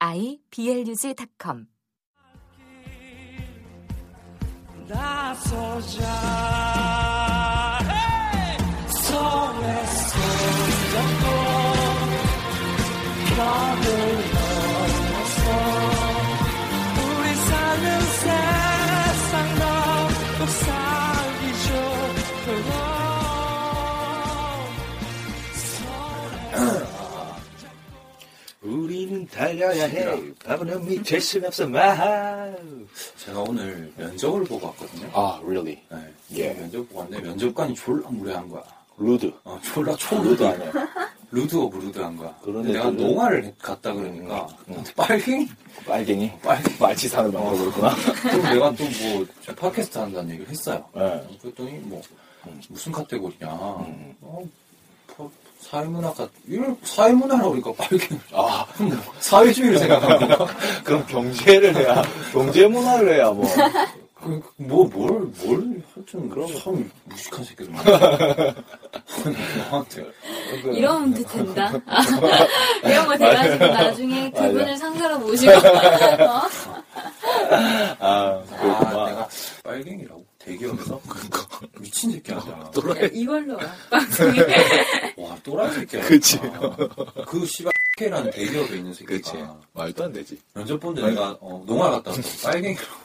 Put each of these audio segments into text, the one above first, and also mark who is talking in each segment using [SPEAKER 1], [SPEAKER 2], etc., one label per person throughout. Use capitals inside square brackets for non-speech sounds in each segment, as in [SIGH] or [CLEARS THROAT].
[SPEAKER 1] iblog.com
[SPEAKER 2] 나서 자 손에 손잡고 벽을 넘어서 우리 사는 세상 너무 살기 좋도록
[SPEAKER 3] 우리는 달려야 해. 바보는 미칠 수 없어. 마하.
[SPEAKER 4] 제가 오늘 면접을 보고 왔거든요.
[SPEAKER 3] 아, really?
[SPEAKER 4] 네.
[SPEAKER 3] 예.
[SPEAKER 4] 면접 보고 왔는데 면접관이 졸라 무례한 거야.
[SPEAKER 3] 루드.
[SPEAKER 4] 어, 졸라 초루드 아니야. 루드 오브 루드한 거야.
[SPEAKER 3] 그러네,
[SPEAKER 4] 근데 내가
[SPEAKER 3] 그러네. 음,
[SPEAKER 4] 농화를 갔다 그러니까 나한테 [LAUGHS] 빨갱이?
[SPEAKER 3] 빨갱이.
[SPEAKER 4] 빨갱이.
[SPEAKER 3] 말치산을 만들어버렸구나.
[SPEAKER 4] 그럼 내가 또 뭐 팟캐스트 한다는 얘기를 했어요.
[SPEAKER 3] 네.
[SPEAKER 4] 그랬더니 뭐 무슨 카테고리냐.
[SPEAKER 3] 음,
[SPEAKER 4] 어, 뭐 사회문화가 이런 사회문화라 그러니까 빨갱이.
[SPEAKER 3] 아,
[SPEAKER 4] [LAUGHS] 사회주의를 생각한 거야.
[SPEAKER 3] 그럼 경제를 해야, 경제 문화를 해야 뭐.
[SPEAKER 4] 그러니까 뭐, 그뭐뭘뭘 하여튼 그런 참 무식한 새끼들 [LAUGHS] 많아. 나한테
[SPEAKER 3] 그
[SPEAKER 5] 이러면 또 된다. [LAUGHS] 이런 거 돼가지고 나중에 그분을 상사로 모시고
[SPEAKER 3] 아,
[SPEAKER 4] 아,
[SPEAKER 3] 그렇구만.
[SPEAKER 4] 내가 빨갱이라고 [LAUGHS] 대기업에서 미친 새끼 [LAUGHS] 아니야.
[SPEAKER 5] 이걸로 와,
[SPEAKER 4] [LAUGHS]
[SPEAKER 5] 방송에
[SPEAKER 4] 와 또라이 새끼야.
[SPEAKER 3] 그치.
[SPEAKER 4] 그 씨발 K라는 대기업에 있는 새끼가
[SPEAKER 3] 그치. 아. 말도 안 되지.
[SPEAKER 4] 면접 본데 내가 어, 농활 갔다 왔어. 빨갱이라고.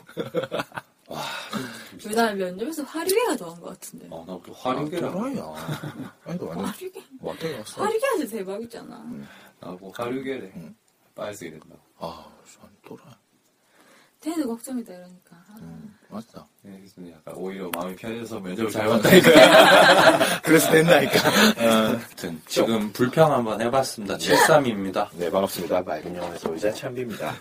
[SPEAKER 5] 그다음 면접에서 화류계가 좋아한 것 같은데.
[SPEAKER 4] 어, 나또 화류계라고.
[SPEAKER 3] 또라이야. 아, 아니, 너 완전
[SPEAKER 5] 화류계
[SPEAKER 3] 왔다 갔어.
[SPEAKER 5] 화류계 아주 대박이잖아.
[SPEAKER 4] 나뭐 화류계래. 빨갱이 된다.
[SPEAKER 3] 아, 참, 또라이.
[SPEAKER 5] 태도 걱정이다 이러니까. 아,
[SPEAKER 3] 맞다.
[SPEAKER 4] 예, 그래서 약간 오히려 마음이 편해서 면접을 잘 [LAUGHS] 봤다니까.
[SPEAKER 3] [LAUGHS] 그래서 됐나니까.
[SPEAKER 4] 아무튼 지금 불평 한번 해봤습니다. 73입니다.
[SPEAKER 3] 네, 반갑습니다. 맑은 영혼에서 의자 참비입니다.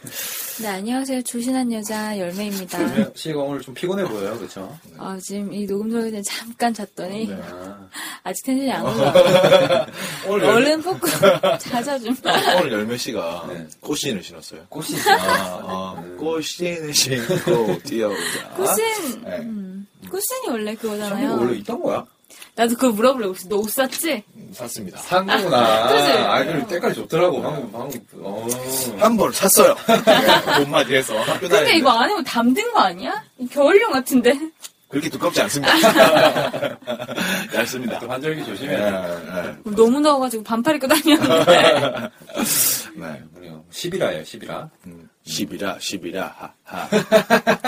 [SPEAKER 5] 네 안녕하세요 조신한 여자 열매입니다.
[SPEAKER 4] [LAUGHS] 씨가 오늘 좀 피곤해 보여요, 그렇죠?
[SPEAKER 5] 아, 지금 이 녹음 전에 잠깐 잤더니
[SPEAKER 4] 아,
[SPEAKER 5] [LAUGHS] 아직 텐션이 안
[SPEAKER 4] 어.
[SPEAKER 5] 올라.
[SPEAKER 4] [LAUGHS]
[SPEAKER 5] 얼른 뽑고 자자 좀.
[SPEAKER 4] 아?
[SPEAKER 3] 오늘 열매 씨가
[SPEAKER 4] 네.
[SPEAKER 3] 꽃신을 신었어요.
[SPEAKER 4] 꽃이
[SPEAKER 3] 아, 아, 꽃신을 신고 뛰어오자.
[SPEAKER 5] 꾸신
[SPEAKER 3] 네.
[SPEAKER 5] 음, 꾸신이 원래
[SPEAKER 4] 샴푸
[SPEAKER 5] 그거잖아요.
[SPEAKER 4] 원래 네. 있던 거야?
[SPEAKER 5] 나도 그거 물어보려고 했어. 너 옷 샀지?
[SPEAKER 3] 샀습니다.
[SPEAKER 4] 산 거구나.
[SPEAKER 5] 그치?
[SPEAKER 4] 아, 그리고 때깔이 좋더라고. 방금, 방금, 어.
[SPEAKER 3] 한 벌 샀어요. [LAUGHS] 네, 돈마디에서 학교 다닐
[SPEAKER 5] 근데
[SPEAKER 3] 때
[SPEAKER 5] 이거 안 입으면 담든 거 아니야? 이 겨울용 같은데.
[SPEAKER 3] 그렇게 두껍지 않습니다. 얇습니다.
[SPEAKER 4] 또 환절기 조심해.
[SPEAKER 3] 네, 네,
[SPEAKER 5] 너무 더워가지고 반팔 입고 다녔는데.
[SPEAKER 4] [LAUGHS]
[SPEAKER 3] 네.
[SPEAKER 4] 우리가 10이라예요, 10이라.
[SPEAKER 3] 음, 10이라, 10이라, 하, 하.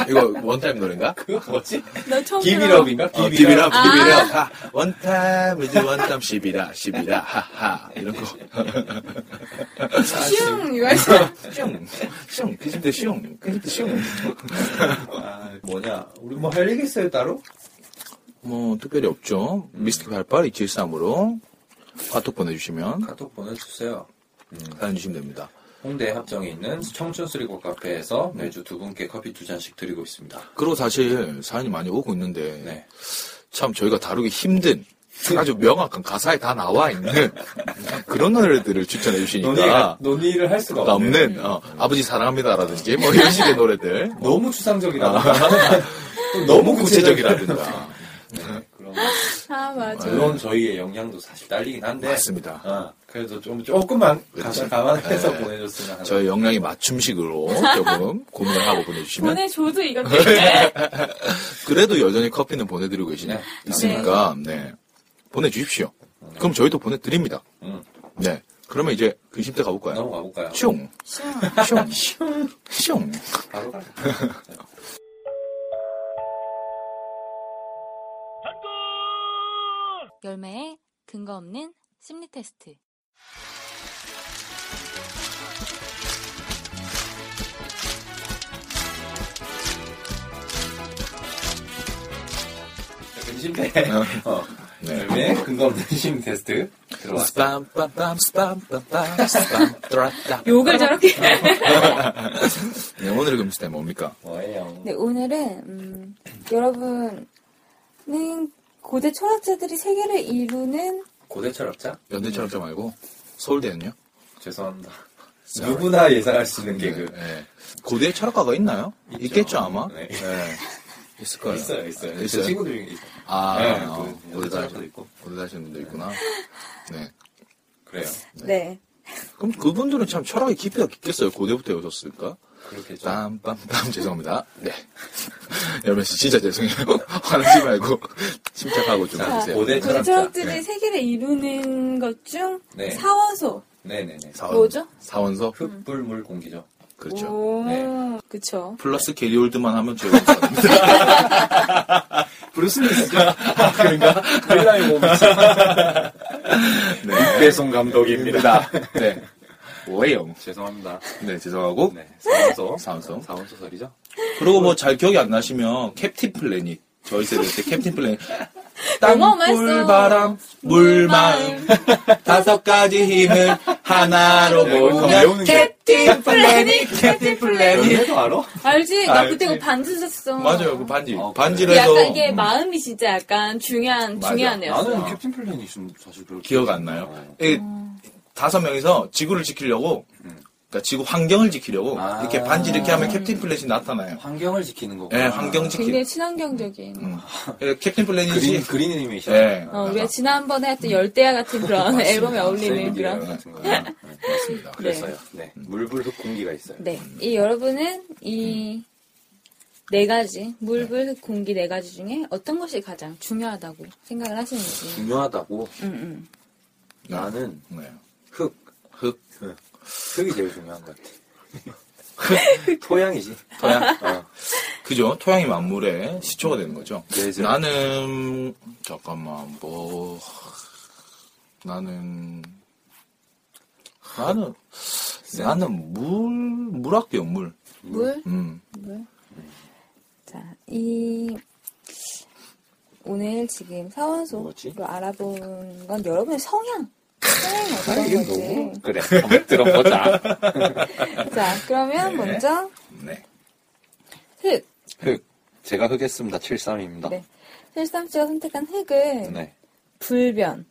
[SPEAKER 3] 이거 원타임 노래인가?
[SPEAKER 4] 그거 뭐지?
[SPEAKER 5] 너 처음
[SPEAKER 4] [LAUGHS] 기비럽인가?
[SPEAKER 3] 어,
[SPEAKER 4] 기비럽.
[SPEAKER 3] 디비라, 디비라, 하. 원타임, 이제 원타임, 10이라, 10이라, 하, 하. 이런 거. 아,
[SPEAKER 5] 슝! 이거 했어.
[SPEAKER 3] 슝, 슝, 그 집대 슝, 그 집대 슝.
[SPEAKER 4] 아, 뭐냐. 우리 뭐 할 얘기 있어요, 따로?
[SPEAKER 3] 뭐, 특별히 없죠. 미스터 발발 273으로 카톡 보내주시면
[SPEAKER 4] 카톡 보내주세요.
[SPEAKER 3] 사연 주시면 됩니다.
[SPEAKER 4] 홍대 합정에 있는 청춘 수리고 카페에서 매주 두 분께 커피 두 잔씩 드리고 있습니다.
[SPEAKER 3] 그리고 사실 사연이 많이 오고 있는데
[SPEAKER 4] 네.
[SPEAKER 3] 참 저희가 다루기 힘든 아주 명확한 가사에 다 나와 있는 그런 노래들을 추천해 주시니까
[SPEAKER 4] 논의를 할 수가 없네.
[SPEAKER 3] 남는 어, 아버지 사랑합니다라든지 뭐 이런 식의 [LAUGHS] 노래들
[SPEAKER 4] 너무 추상적이다.
[SPEAKER 3] 또 아. [LAUGHS]
[SPEAKER 4] [LAUGHS]
[SPEAKER 3] 너무 구체적이라든가
[SPEAKER 4] 네, 그런,
[SPEAKER 5] 아, 맞아.
[SPEAKER 4] 물론 저희의 영향도 사실 딸리긴
[SPEAKER 3] 네.
[SPEAKER 4] 한데.
[SPEAKER 3] 맞습니다.
[SPEAKER 4] 아, 그래도 좀 조금만
[SPEAKER 3] 그렇지.
[SPEAKER 4] 가만 감안해서
[SPEAKER 3] 네.
[SPEAKER 4] 보내줬으면 하는.
[SPEAKER 3] 저의 역량이 맞춤식으로 조금 고민을 하고 보내주시면
[SPEAKER 5] 보내줘도 이거
[SPEAKER 3] 아, 네.
[SPEAKER 5] [LAUGHS] 되게.
[SPEAKER 3] 그래도 여전히 커피는 보내드리고 계시네
[SPEAKER 4] 네.
[SPEAKER 3] 있으니까 네 보내주십시오. 그럼 저희도 보내드립니다.
[SPEAKER 4] 음.
[SPEAKER 3] 네 그러면 이제 근심대 가볼까요?
[SPEAKER 4] 넘어가 볼까요?
[SPEAKER 3] 슝
[SPEAKER 5] 슝.
[SPEAKER 3] 슝, 슝, 슝.
[SPEAKER 4] 바로 갈까요?
[SPEAKER 5] 열매의 근거 없는 심리 테스트.
[SPEAKER 4] 근심 대. 어.
[SPEAKER 3] 네.
[SPEAKER 4] 어. 네. 열매 근거 없는 심 테스트. 들어왔어요.
[SPEAKER 3] 스빰빰빰 스빰빰빰 스빰 드라따.
[SPEAKER 6] 욕을 저렇게.
[SPEAKER 3] 아. 네, 오늘의 금시대 뭡니까?
[SPEAKER 4] 뭐예요?
[SPEAKER 5] 네, 오늘은 음, 여러분은 고대 철학자들이 세계를 이루는
[SPEAKER 4] 고대 철학자?
[SPEAKER 3] 연대 철학자 말고 서울대는요?
[SPEAKER 4] 죄송합니다.
[SPEAKER 3] Sorry.
[SPEAKER 4] 누구나 예상할 수 있는
[SPEAKER 3] 네,
[SPEAKER 4] 개그.
[SPEAKER 3] 네. 고대 철학과가 있나요?
[SPEAKER 4] 있죠.
[SPEAKER 3] 겠죠 아마.
[SPEAKER 4] 네.
[SPEAKER 3] 네. 있을 거예요.
[SPEAKER 4] 있어요, 네. 있어요. 제
[SPEAKER 3] 있어요?
[SPEAKER 4] 친구들 중에 있어요.
[SPEAKER 3] 아,
[SPEAKER 4] 네,
[SPEAKER 3] 아, 고대
[SPEAKER 4] 그 연대
[SPEAKER 3] 다시
[SPEAKER 4] 철학자도 있고.
[SPEAKER 3] 고대 다시 분도 있구나. 네.
[SPEAKER 4] 그래요.
[SPEAKER 5] 네.
[SPEAKER 3] 그럼 그분들은 참 철학의 깊이가 깊겠어요. 고대부터 외우셨으니까.
[SPEAKER 4] 그렇겠죠.
[SPEAKER 3] 빰빰빰 죄송합니다. 네. 여러분 씨 진짜 죄송해요. [LAUGHS] 화내지 말고 침착하고 좀
[SPEAKER 4] 자,
[SPEAKER 3] 해주세요.
[SPEAKER 4] 고대
[SPEAKER 5] 고대
[SPEAKER 4] 철학자.
[SPEAKER 5] 철학들이
[SPEAKER 3] 네.
[SPEAKER 5] 세계를 이루는 것 중
[SPEAKER 4] 네.
[SPEAKER 5] 사원소
[SPEAKER 4] 네네네.
[SPEAKER 3] 사원,
[SPEAKER 5] 뭐죠?
[SPEAKER 3] 사원서
[SPEAKER 4] 흙불물 공기죠.
[SPEAKER 3] 그렇죠.
[SPEAKER 5] 오,
[SPEAKER 4] 네.
[SPEAKER 5] 그쵸.
[SPEAKER 3] 플러스 게리 올드만 하면 제일 [LAUGHS] 감사합니다.
[SPEAKER 7] 브루스 리스죠.
[SPEAKER 4] 빌라의 몸이죠. [LAUGHS] 네. 배송 감독입니다.
[SPEAKER 3] 네. 뭐예요?
[SPEAKER 4] 죄송합니다.
[SPEAKER 3] 네 죄송하고
[SPEAKER 4] 네. 사원소.
[SPEAKER 3] 사원서.
[SPEAKER 4] 사원소설이죠.
[SPEAKER 3] 그리고 뭐 잘 기억이 안 나시면 캡틴 플래닛 저희 세대 때 캡틴 플래닛
[SPEAKER 6] [LAUGHS] 어마어마했어.
[SPEAKER 3] 땅불 바람 물 마음 다섯 가지 힘을 하나로
[SPEAKER 4] 야, 이거
[SPEAKER 3] 모으면
[SPEAKER 4] 외우는 게-
[SPEAKER 3] [LAUGHS] 캡틴 플래닛 캡틴
[SPEAKER 4] 네.
[SPEAKER 3] 플래닛
[SPEAKER 4] 연애도 알아?
[SPEAKER 6] 알지? 나 그때
[SPEAKER 3] 알지.
[SPEAKER 6] 그거 반지 샀어.
[SPEAKER 3] 맞아요 그 반지
[SPEAKER 4] 아,
[SPEAKER 3] 반지를
[SPEAKER 6] 근데
[SPEAKER 3] 해서
[SPEAKER 6] 약간 이게 마음이 진짜 약간 중요한,
[SPEAKER 3] 맞아.
[SPEAKER 6] 중요한 애였어.
[SPEAKER 4] 나는 캡틴 플랜이 좀 사실 어. 별로
[SPEAKER 3] 기억 안 나요 이 다섯 명이서 지구를 지키려고 그러니까 지구 환경을 지키려고
[SPEAKER 4] 아.
[SPEAKER 3] 이렇게 반지 이렇게 하면 캡틴 플래닛이 나타나요
[SPEAKER 4] 네, 환경을 지키는 거고.
[SPEAKER 3] 예 환경 지키
[SPEAKER 5] 굉장히 친환경적인.
[SPEAKER 3] 음. 그래서 캡틴
[SPEAKER 4] 그린,
[SPEAKER 3] 플래닛이
[SPEAKER 4] 그린 애니메이션.
[SPEAKER 3] 예
[SPEAKER 6] 어, 우리가 지난번에 했던 열대야 같은
[SPEAKER 4] [LAUGHS]
[SPEAKER 6] 그런 앨범에 어울리는
[SPEAKER 4] 음. 세이비어
[SPEAKER 6] 그런.
[SPEAKER 4] 같은 거. 네.
[SPEAKER 3] 맞습니다
[SPEAKER 4] 그랬어요. 네. 물불 흙 공기가 있어요.
[SPEAKER 5] 네. 이 여러분은 이 네 가지, 물, 불, 흙, 공기 네 가지 중에 어떤 것이 가장 중요하다고 생각을 하시는지.
[SPEAKER 4] 중요하다고
[SPEAKER 5] 음, 음.
[SPEAKER 4] 나는
[SPEAKER 3] 네.
[SPEAKER 4] 흙.
[SPEAKER 3] 흙
[SPEAKER 4] 흙이 제일 중요한 것 같아. 토양이지.
[SPEAKER 5] [LAUGHS]
[SPEAKER 3] 토양.
[SPEAKER 4] 어.
[SPEAKER 3] 그죠? 토양이 만물의 시초가 되는 거죠.
[SPEAKER 4] 그죠.
[SPEAKER 3] 나는 잠깐만 뭐 나는 나는
[SPEAKER 4] 네.
[SPEAKER 3] 나는 물 물학교 물.
[SPEAKER 4] 뭐?
[SPEAKER 5] 물,
[SPEAKER 3] 음.
[SPEAKER 5] 물. 자, 이 오늘 지금
[SPEAKER 4] 뭐지?
[SPEAKER 5] 사원소로 알아본 건 여러분의
[SPEAKER 4] [LAUGHS]
[SPEAKER 5] 성향. 성향이
[SPEAKER 4] 아니,
[SPEAKER 5] 어떤
[SPEAKER 4] 이게
[SPEAKER 5] 건지.
[SPEAKER 4] 너무 그래. 한번 들어보자.
[SPEAKER 5] 자, 그러면
[SPEAKER 4] 네.
[SPEAKER 5] 먼저
[SPEAKER 3] 네.
[SPEAKER 5] 흙.
[SPEAKER 4] 흙. 제가 흙했습니다. 73입니다.
[SPEAKER 5] 네. 실삼 씨가 선택한 흙은
[SPEAKER 4] 네.
[SPEAKER 5] 불변,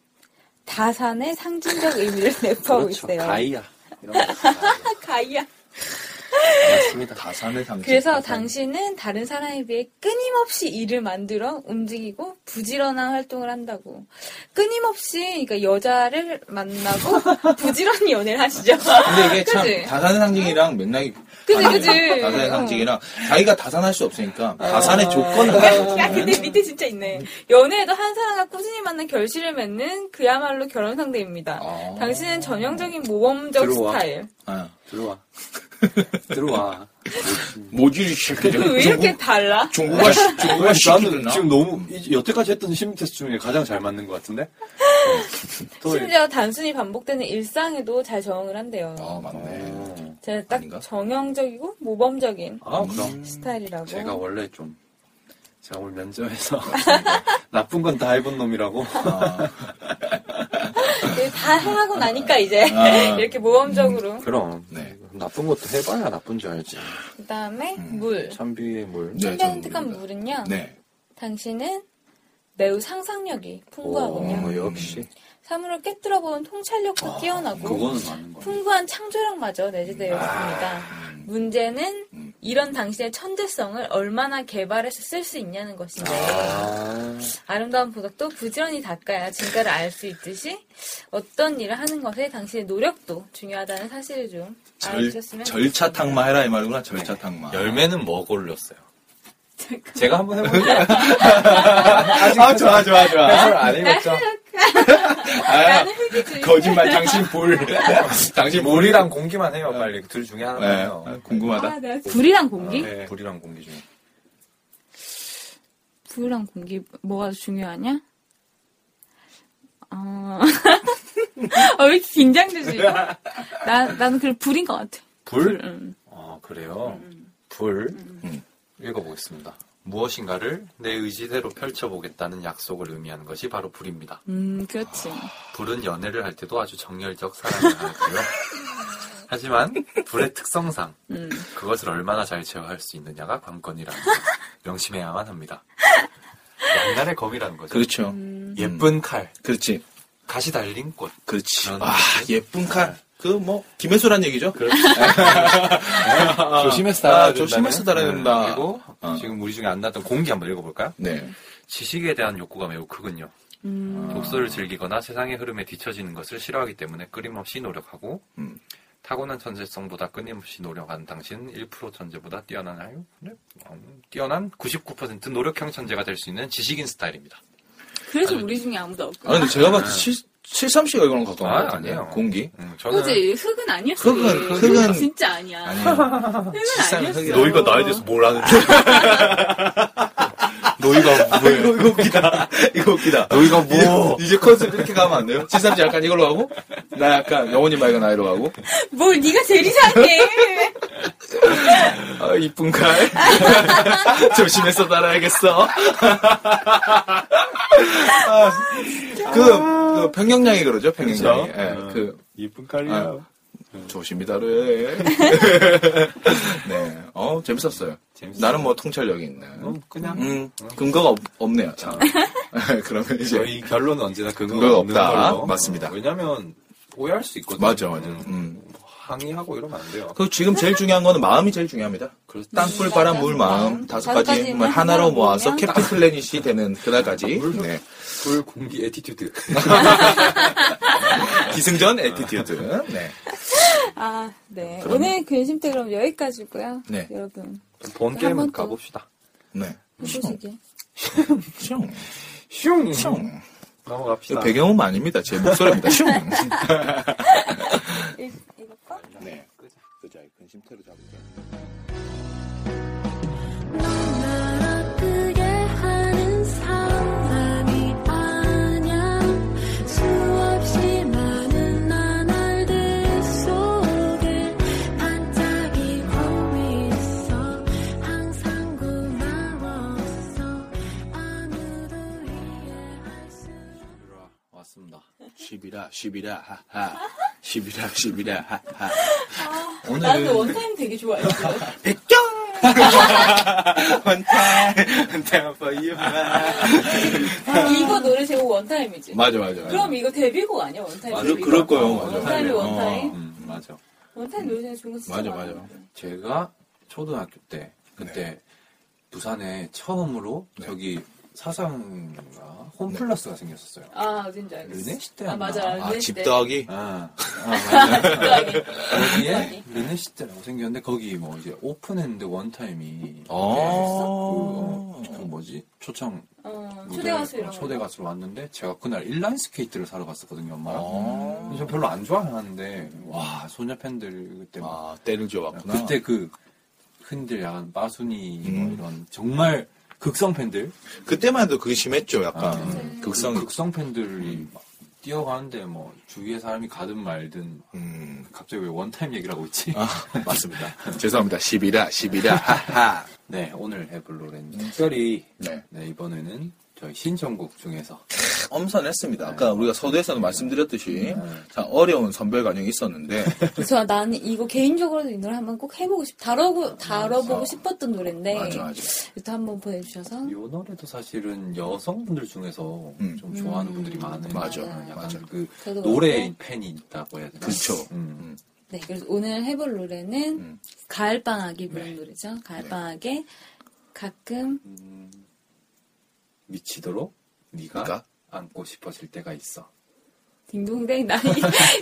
[SPEAKER 5] 다산의 상징적 의미를 내포하고
[SPEAKER 4] [LAUGHS] 그렇죠.
[SPEAKER 5] 있어요.
[SPEAKER 4] 가이아. 이런 거. 아,
[SPEAKER 5] 가이야.
[SPEAKER 4] 맞습니다.
[SPEAKER 3] 다산의 상징.
[SPEAKER 5] 그래서
[SPEAKER 3] 다산.
[SPEAKER 5] 당신은 다른 사람에 비해 끊임없이 일을 만들어 움직이고 부지런한 활동을 한다고. 끊임없이 그러니까 여자를
[SPEAKER 4] [LAUGHS]
[SPEAKER 5] 만나고 부지런히 연애를 하시죠.
[SPEAKER 3] 근데 이게 참
[SPEAKER 5] 그지?
[SPEAKER 3] 다산의 상징이랑 맨날
[SPEAKER 5] 그지, 그지. 어.
[SPEAKER 3] 다산의 상징이랑 자기가 다산할 수 없으니까 다산의
[SPEAKER 5] 어.
[SPEAKER 3] 조건을
[SPEAKER 5] 야, 근데 밑에 진짜 있네. 연애에도 한 사람과 꾸준히 만나 결실을 맺는 그야말로 결혼 상대입니다.
[SPEAKER 3] 아.
[SPEAKER 5] 당신은 전형적인 모범적
[SPEAKER 4] 들어와.
[SPEAKER 5] 스타일.
[SPEAKER 3] 아,
[SPEAKER 4] 들어와. 들어와.
[SPEAKER 3] 모듈이
[SPEAKER 5] 왜 이렇게 아, 달라?
[SPEAKER 3] 중국어 중국어
[SPEAKER 4] 네. 나는 지금 너무 이- 여태까지 했던 심리 테스트 중에 가장 잘 맞는 것 같은데. 또
[SPEAKER 5] 심지어 단순히 반복되는 일상에도 잘 적응을 한대요.
[SPEAKER 3] 아 맞네.
[SPEAKER 4] 어.
[SPEAKER 5] 제가 딱
[SPEAKER 3] 아닌가? 음,
[SPEAKER 5] 정형적이고 모범적인
[SPEAKER 4] 아 그럼
[SPEAKER 5] 스타일이라고.
[SPEAKER 3] 어?
[SPEAKER 4] 제가 원래 좀 제가 오늘 면접에서 [LAUGHS] 나쁜 건 다 해본 놈이라고.
[SPEAKER 5] 네, 다 해하고 나니까 이제
[SPEAKER 3] 아.
[SPEAKER 5] [LAUGHS] 이렇게 모범적으로.
[SPEAKER 4] 그럼
[SPEAKER 3] 네.
[SPEAKER 4] 나쁜 것도 해봐야 나쁜 줄 알지.
[SPEAKER 5] 그다음에 물.
[SPEAKER 4] 참비의 물.
[SPEAKER 3] 네,
[SPEAKER 5] 선배가
[SPEAKER 3] 저는
[SPEAKER 5] 선택한
[SPEAKER 3] 모릅니다.
[SPEAKER 5] 물은요.
[SPEAKER 3] 네.
[SPEAKER 5] 당신은 매우 상상력이 풍부하군요.
[SPEAKER 4] 오, 어, 역시
[SPEAKER 5] 사물을 깨뜨려보는 통찰력도
[SPEAKER 3] 아,
[SPEAKER 5] 뛰어나고
[SPEAKER 4] 음, 그거는 맞는 거 같아요.
[SPEAKER 5] 풍부한 창조력마저 내재되어 있습니다.
[SPEAKER 3] 아, 음.
[SPEAKER 5] 문제는 이런 당신의 천재성을 얼마나 개발해서 쓸 수 있냐는 것인데
[SPEAKER 4] 아,
[SPEAKER 5] 아름다운 보석도 부지런히 닦아야 진가를 알 수 있듯이 어떤 일을 하는 것에 당신의 노력도 중요하다는 사실을 좀 알아주셨으면
[SPEAKER 3] 절차 탕마 해라 이 말이구나. 절차 탕마.
[SPEAKER 8] 열매는 먹 올렸어요.
[SPEAKER 4] 제가 한번 [LAUGHS] 해볼게요.
[SPEAKER 3] 아 좋아 좋아 좋아.
[SPEAKER 4] 해설 안 해봤죠.
[SPEAKER 5] 나는 흙이 지
[SPEAKER 3] 거짓말 당신 볼. [LAUGHS] 당신 볼.
[SPEAKER 8] 물이랑 공기만 해요, 빨리. 둘 중에
[SPEAKER 3] 네.
[SPEAKER 8] 하나예요.
[SPEAKER 3] 궁금하다. 아,
[SPEAKER 5] 아, 내가 불이랑 공기?
[SPEAKER 8] 네, 불이랑 공기 중에.
[SPEAKER 5] 불이랑 공기 뭐가 중요하냐? 어... [LAUGHS] 어, 왜 이렇게 긴장되지? 이거? 나, 나는 그 불인 것 같아.
[SPEAKER 8] 불?
[SPEAKER 5] 음.
[SPEAKER 8] 아, 그래요? 불.
[SPEAKER 3] 음.
[SPEAKER 8] 읽어보겠습니다.
[SPEAKER 4] 무엇인가를 내 의지대로 펼쳐보겠다는 약속을 의미하는 것이 바로 불입니다.
[SPEAKER 9] 음, 그렇지.
[SPEAKER 4] 불은 연애를 할 때도 아주 정열적 사랑을 하고요. 하지만 불의 특성상
[SPEAKER 9] 음.
[SPEAKER 4] 그것을 얼마나 잘 제어할 수 있느냐가 관건이라는 걸 명심해야만 합니다. 양날의 검이라는 거죠.
[SPEAKER 3] 그렇죠.
[SPEAKER 5] 음.
[SPEAKER 4] 예쁜 칼,
[SPEAKER 3] 그렇지.
[SPEAKER 4] 가시 달린 꽃.
[SPEAKER 3] 그렇지.
[SPEAKER 4] 그런
[SPEAKER 3] 아,
[SPEAKER 4] 느낌?
[SPEAKER 3] 예쁜 칼. 그, 뭐, 김혜수란 얘기죠?
[SPEAKER 4] 조심해서
[SPEAKER 3] 달아야
[SPEAKER 4] 달아야
[SPEAKER 3] 된다는? 네.
[SPEAKER 4] 음, 그리고
[SPEAKER 3] 어.
[SPEAKER 4] 지금 우리 중에 안 나왔던 공기 한번 읽어볼까요?
[SPEAKER 3] 네.
[SPEAKER 4] 지식에 대한 욕구가 매우 크군요.
[SPEAKER 5] 음,
[SPEAKER 4] 독서를 즐기거나 세상의 흐름에 뒤처지는 것을 싫어하기 때문에 끊임없이 노력하고
[SPEAKER 3] 음.
[SPEAKER 4] 타고난 천재성보다 끊임없이 노력한 당신은 1% 천재보다 뛰어난 아유 네? 음, 뛰어난 99% 노력형 천재가 될 수 있는 지식인 스타일입니다.
[SPEAKER 5] 그래서 우리 중에 아무도 없고.
[SPEAKER 3] 아, 근데 제가 봤을 때 칠, 73 씨가 이거랑 갖고 온것
[SPEAKER 4] 아,
[SPEAKER 3] 같은데요.
[SPEAKER 4] 아니에요.
[SPEAKER 3] 공기.
[SPEAKER 4] 음,
[SPEAKER 5] 그지 흙은 아니었어.
[SPEAKER 3] 흙은, 흙은-
[SPEAKER 5] 진짜 아니야. 흙은
[SPEAKER 3] 칠삼은
[SPEAKER 5] 아니었어.
[SPEAKER 3] 흙이야. 너희가
[SPEAKER 4] 뭘 아는지
[SPEAKER 3] [LAUGHS]
[SPEAKER 4] 너희가 뭐해
[SPEAKER 3] 이거 웃기다. 이거 웃기다.
[SPEAKER 4] 너희가 뭐
[SPEAKER 3] 이제 컨셉 이렇게 가면 안 돼요? 73씨 약간 이걸로 하고, 나 약간 영혼이 맑은 아이로 하고,
[SPEAKER 5] 뭘 네가 제일 이상해.
[SPEAKER 3] 아, 이쁜 칼. [LAUGHS] 조심해서 [LAUGHS] 따라야겠어. 아, 그, 그, 평경량이 그러죠, 평경량이. 예, 그,
[SPEAKER 10] 이쁜 깔이야.
[SPEAKER 3] 아, 조심히 [LAUGHS] 다루해. 네. 어, 재밌었어요.
[SPEAKER 4] 재밌었어요.
[SPEAKER 3] 나는 뭐 통찰력이 있네.
[SPEAKER 4] 음, 그냥
[SPEAKER 3] 음, 근거가 없, 없네요, 참. [LAUGHS] 그러면 이제.
[SPEAKER 4] 저희 결론은 언제나
[SPEAKER 3] 근거가
[SPEAKER 4] 근거가 없는
[SPEAKER 3] 없다.
[SPEAKER 4] 걸로.
[SPEAKER 3] 맞습니다.
[SPEAKER 4] 어, 왜냐면 오해할 수 있거든요.
[SPEAKER 3] 맞아, 맞아.
[SPEAKER 4] 음,
[SPEAKER 3] 음.
[SPEAKER 4] 항의하고 이러면 안 돼요.
[SPEAKER 3] 그 지금 제일 중요한 거는 마음이 제일 중요합니다.
[SPEAKER 4] 그래서
[SPEAKER 3] 땅불 바람 물 마음 다섯 가지
[SPEAKER 5] 가지만
[SPEAKER 3] 뭐 하나로
[SPEAKER 5] 하나로
[SPEAKER 3] 모아서
[SPEAKER 5] 모으면
[SPEAKER 3] 캡틴 플래닛이 되는 그날까지
[SPEAKER 4] 물.
[SPEAKER 3] 네.
[SPEAKER 4] 불 공기 에티튜드.
[SPEAKER 3] 기승전 에티튜드. 아, 네.
[SPEAKER 9] 아, 네.
[SPEAKER 3] 그럼.
[SPEAKER 9] 오늘 근심태 그럼 여기까지고요.
[SPEAKER 3] 네.
[SPEAKER 9] 여러분,
[SPEAKER 4] 본
[SPEAKER 9] 한번
[SPEAKER 4] 게임은
[SPEAKER 9] 더.
[SPEAKER 4] 가봅시다.
[SPEAKER 3] 네.
[SPEAKER 9] 해보시게.
[SPEAKER 3] 슝.
[SPEAKER 4] 슝!
[SPEAKER 3] 슝.
[SPEAKER 4] 넘어갑시다.
[SPEAKER 3] 이거 배경음악 아닙니다. 제 목소리입니다. 슝.
[SPEAKER 9] 이거 봐.
[SPEAKER 3] 네. 그자 근심태로 잡을게요.
[SPEAKER 5] 그게 하는 사람이 아냐 수없이 많은 나날들 속에 반짝이고 있어 항상 고마웠어 아무도 이해할 수
[SPEAKER 4] 왔습니다.
[SPEAKER 3] 십이라 십이라 하하. 십이라 십이라 하하.
[SPEAKER 5] 아, 나는
[SPEAKER 3] 오늘은
[SPEAKER 5] 원타임
[SPEAKER 9] [LAUGHS]
[SPEAKER 5] 되게 좋아했어
[SPEAKER 3] 백경. 원타 원타 for you.
[SPEAKER 5] 이거 노래 제목 원타임이지
[SPEAKER 3] 맞아 맞아. 맞아.
[SPEAKER 5] 그럼 이거 데뷔곡 아니야 원타임
[SPEAKER 3] 맞아
[SPEAKER 5] 데뷔곡?
[SPEAKER 3] 그럴 거예요. 맞아.
[SPEAKER 5] 원타임이
[SPEAKER 3] 어,
[SPEAKER 5] 원타임
[SPEAKER 4] 음, 맞아.
[SPEAKER 5] 원타임 노래 중에 좋은 거 진짜
[SPEAKER 3] 맞아
[SPEAKER 5] 많아.
[SPEAKER 3] 맞아.
[SPEAKER 4] 제가 초등학교 때, 그때 부산에 처음으로
[SPEAKER 3] 네.
[SPEAKER 4] 저기 사상가 홈플러스가 생겼었어요.
[SPEAKER 5] 아 어딘지 알겠어
[SPEAKER 4] 르네시대
[SPEAKER 5] 아 맞아
[SPEAKER 3] 아,
[SPEAKER 5] 르네
[SPEAKER 3] 집
[SPEAKER 5] 시대.
[SPEAKER 3] 더하기?
[SPEAKER 4] 아,
[SPEAKER 5] [LAUGHS] 집도하기. 네.
[SPEAKER 4] 거기에 르네시대라고 생겼는데 거기 뭐 이제 오픈했는데 원타임이
[SPEAKER 3] 어.
[SPEAKER 4] 그, 어, 그 뭐지 초청
[SPEAKER 5] 어,
[SPEAKER 4] 무대,
[SPEAKER 5] 초대 가수 이런
[SPEAKER 4] 어,
[SPEAKER 5] 거.
[SPEAKER 4] 초대 가수로 왔는데 제가 그날 인라인 스케이트를 사러 갔었거든요 엄마랑
[SPEAKER 3] 어.
[SPEAKER 4] 근데 저 별로 안 좋아하는데 와 소녀 팬들 그때 막
[SPEAKER 3] 아, 때를 줘왔구나.
[SPEAKER 4] 그때 그 흔들 약간 빠순이 뭐
[SPEAKER 3] 음.
[SPEAKER 4] 이런 정말 극성 팬들
[SPEAKER 3] 그때만 해도 그게 심했죠, 약간.
[SPEAKER 4] 아,
[SPEAKER 5] 네.
[SPEAKER 3] 음, 극성.
[SPEAKER 4] 극성 팬들이 막 뛰어가는데 뭐 주위에 사람이 가든 말든
[SPEAKER 3] 음,
[SPEAKER 4] 갑자기 왜 원타임 얘기를 하고 있지?
[SPEAKER 3] 아, 맞습니다. 죄송합니다. 10이라, 10이라, 하하.
[SPEAKER 4] 네, 오늘 해볼 노래는
[SPEAKER 3] 음,
[SPEAKER 4] 특별히
[SPEAKER 3] 네.
[SPEAKER 4] 네, 이번에는 저희 신청곡 중에서
[SPEAKER 3] 엄선했습니다. 아까 우리가 서두에서도 말씀드렸듯이,
[SPEAKER 4] 네.
[SPEAKER 3] 참 어려운 선별 과정이 있었는데,
[SPEAKER 9] 그래서 난 이거 개인적으로도 이 노래 한번 꼭 해보고 싶, 다뤄고, 다뤄보고 싶었던
[SPEAKER 5] 네.
[SPEAKER 9] 노래인데.
[SPEAKER 3] 맞아, 맞아.
[SPEAKER 9] 또 한번 보내주셔서.
[SPEAKER 4] 이 노래도 사실은 여성분들 중에서
[SPEAKER 3] 음.
[SPEAKER 4] 좀 좋아하는 분들이 많은
[SPEAKER 3] 맞아,
[SPEAKER 4] 약간
[SPEAKER 3] 맞아.
[SPEAKER 4] 그
[SPEAKER 9] 저도
[SPEAKER 4] 노래
[SPEAKER 9] 그렇고.
[SPEAKER 4] 팬이 있다고 해야 되나?
[SPEAKER 3] 그쵸.
[SPEAKER 4] 음.
[SPEAKER 9] 네, 그래서 오늘 해볼 노래는
[SPEAKER 3] 음.
[SPEAKER 9] 가을방학이 부른
[SPEAKER 3] 네.
[SPEAKER 9] 노래죠. 가을방학에 가끔
[SPEAKER 3] 음.
[SPEAKER 4] 미치도록 네가
[SPEAKER 3] 그러니까?
[SPEAKER 4] 안고 싶어질 때가 있어.
[SPEAKER 9] 딩동댕 나이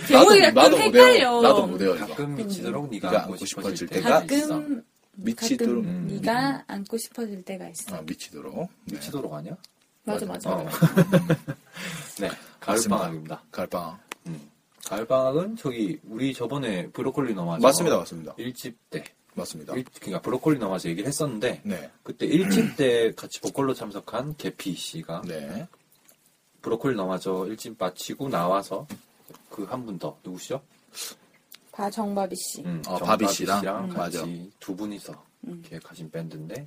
[SPEAKER 9] 제목이 가끔 헷갈려.
[SPEAKER 3] 못해요. 나도 못해요, 이거.
[SPEAKER 4] 가끔 미치도록 음. 네가,
[SPEAKER 3] 네가
[SPEAKER 4] 안고 싶어질 때가,
[SPEAKER 3] 때가
[SPEAKER 4] 있어.
[SPEAKER 9] 가끔
[SPEAKER 3] 미치도록.
[SPEAKER 9] 가끔 네가 안고 싶어질 때가 있어.
[SPEAKER 3] 아, 미치도록. 네.
[SPEAKER 4] 미치도록 아니야?
[SPEAKER 9] 맞아
[SPEAKER 4] 맞아.
[SPEAKER 9] 맞아.
[SPEAKER 4] [LAUGHS] 어. 네,
[SPEAKER 3] 맞습니다.
[SPEAKER 4] 가을방학입니다.
[SPEAKER 3] 갈빵.
[SPEAKER 4] 아, 가을방학은 저기 우리 저번에 브로콜리 너마저
[SPEAKER 3] 맞습니다, 맞습니다.
[SPEAKER 4] 일집 때
[SPEAKER 3] 맞습니다.
[SPEAKER 4] 일- 그러니까 브로콜리 넘어서 얘기를 했었는데
[SPEAKER 3] 네.
[SPEAKER 4] 그때 일집 [CLEARS THROAT] 때 같이 보컬로 참석한 개피 씨가
[SPEAKER 3] 네.
[SPEAKER 4] 브로콜리 넘어서 일집 마치고 나와서 그 한 분 더 누구시죠?
[SPEAKER 5] 바 정바비 씨.
[SPEAKER 11] 음,
[SPEAKER 4] 어,
[SPEAKER 3] 바비
[SPEAKER 4] 바비
[SPEAKER 3] 씨랑?
[SPEAKER 4] 씨랑
[SPEAKER 3] 음.
[SPEAKER 4] 같이
[SPEAKER 3] 맞아.
[SPEAKER 4] 두 분이서
[SPEAKER 5] 음.
[SPEAKER 4] 계획하신 밴드인데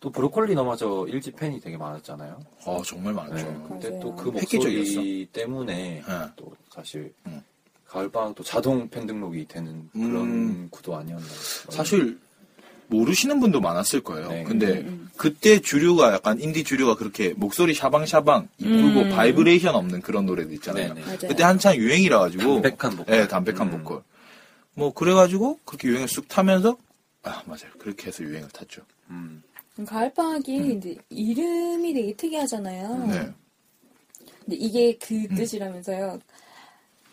[SPEAKER 4] 또 브로콜리 너마저 일집 팬이 되게 많았잖아요.
[SPEAKER 3] 어, 정말
[SPEAKER 4] 네,
[SPEAKER 3] 많았죠.
[SPEAKER 4] 근데
[SPEAKER 5] 맞아요.
[SPEAKER 4] 또 그 목소리
[SPEAKER 3] 획기적이었어.
[SPEAKER 4] 때문에
[SPEAKER 3] 네.
[SPEAKER 4] 또 사실
[SPEAKER 3] 음.
[SPEAKER 4] 가을방학 또 자동 팬 등록이 되는 그런
[SPEAKER 3] 음.
[SPEAKER 4] 구도 아니었나.
[SPEAKER 3] 사실 모르시는 분도 많았을 거예요.
[SPEAKER 4] 그 네.
[SPEAKER 3] 근데 그때 주류가 약간 인디 주류가 그렇게 목소리 샤방샤방 이쁘고
[SPEAKER 5] 음.
[SPEAKER 3] 바이브레이션 없는 그런 노래들 있잖아요.
[SPEAKER 4] 네네.
[SPEAKER 5] 맞아요.
[SPEAKER 3] 그때 한창 유행이라 가지고
[SPEAKER 4] 음. 담백한 보컬.
[SPEAKER 3] 예, 담백한
[SPEAKER 4] 음.
[SPEAKER 3] 보컬. 뭐 그래가지고 그렇게 유행을 쑥 타면서 아 맞아요. 그렇게 해서 유행을 탔죠.
[SPEAKER 4] 음.
[SPEAKER 5] 가을방학이 이제 이름이 되게
[SPEAKER 4] 음.
[SPEAKER 5] 특이하잖아요.
[SPEAKER 3] 음. 네. 음.
[SPEAKER 5] 근데 이게 그 뜻이라면서요.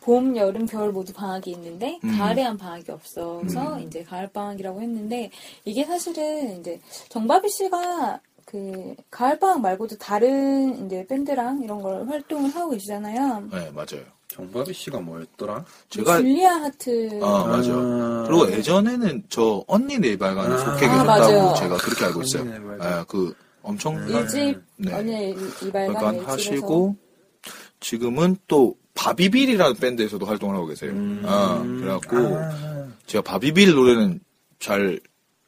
[SPEAKER 5] 봄, 여름, 겨울 모두 방학이 있는데
[SPEAKER 3] 음.
[SPEAKER 5] 가을에만 방학이 없어서 이제 가을 방학이라고 했는데 이게 사실은 이제 정바비 씨가 그 가을 방학 말고도 다른 이제 밴드랑 이런 걸 활동을 하고 계시잖아요.
[SPEAKER 3] 네 맞아요.
[SPEAKER 4] 정바비 씨가 뭐였더라?
[SPEAKER 3] 제가
[SPEAKER 5] 줄리아 하트
[SPEAKER 3] 아 맞아. 요 그리고 예전에는 저 언니 네발간에 속해
[SPEAKER 5] 아,
[SPEAKER 3] 계셨다고
[SPEAKER 5] 맞아요.
[SPEAKER 3] 제가 그렇게 알고 있어요.
[SPEAKER 4] 언니 네발간.
[SPEAKER 3] 예, 그 엄청
[SPEAKER 5] 일집
[SPEAKER 3] 네.
[SPEAKER 5] 언니 이발관
[SPEAKER 3] 그러니까
[SPEAKER 5] 일집에서
[SPEAKER 3] 하시고 지금은 또 바비빌이라는 밴드에서도 활동을 하고 계세요.
[SPEAKER 5] 음.
[SPEAKER 3] 아, 그래갖고 제가 바비빌 노래는 잘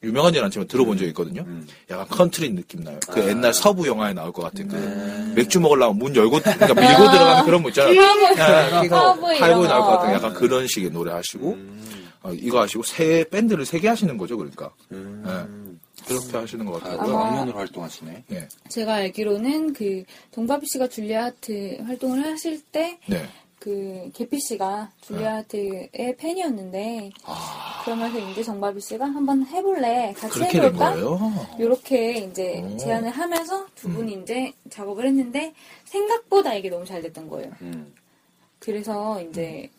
[SPEAKER 3] 유명한지는 않지만 들어본 적이 있거든요.
[SPEAKER 4] 음.
[SPEAKER 3] 약간 컨트리 느낌 나요. 그
[SPEAKER 5] 아.
[SPEAKER 3] 옛날 서부 영화에 나올 것 같은 그
[SPEAKER 4] 네.
[SPEAKER 3] 맥주 먹으려면 문 열고 그러니까 밀고 들어가는 그런 거 있잖아요.
[SPEAKER 5] [LAUGHS]
[SPEAKER 3] 아, 이거
[SPEAKER 5] 뭐 카우보이
[SPEAKER 3] 팔고
[SPEAKER 5] 이런
[SPEAKER 3] 나올 것
[SPEAKER 5] 거.
[SPEAKER 3] 같은 약간 그런 식의 노래 하시고 어, 이거 하시고 세 밴드를 세 개 하시는 거죠, 그러니까 네.
[SPEAKER 4] 음.
[SPEAKER 3] 그렇게 하시는 것
[SPEAKER 4] 다
[SPEAKER 3] 같더라고요.
[SPEAKER 5] 아마-
[SPEAKER 4] 왕년으로 활동하시네.
[SPEAKER 3] 네,
[SPEAKER 5] 제가 알기로는 그 정바비 씨가 줄리아 하트 활동을 하실 때
[SPEAKER 3] 네.
[SPEAKER 5] 그 개피 씨가 줄리아트의 팬이었는데 그러면서 이제 정바비 씨가 한번 해볼래 같이
[SPEAKER 3] 아, 그렇게 된
[SPEAKER 5] 해볼까
[SPEAKER 3] 거예요.
[SPEAKER 5] 이렇게 이제
[SPEAKER 3] 오. 음.
[SPEAKER 5] 제안을 하면서 두 분이 이제 작업을 했는데 생각보다 이게 너무 잘 됐던 거예요.
[SPEAKER 4] 음.
[SPEAKER 5] 그래서 이제
[SPEAKER 3] 음.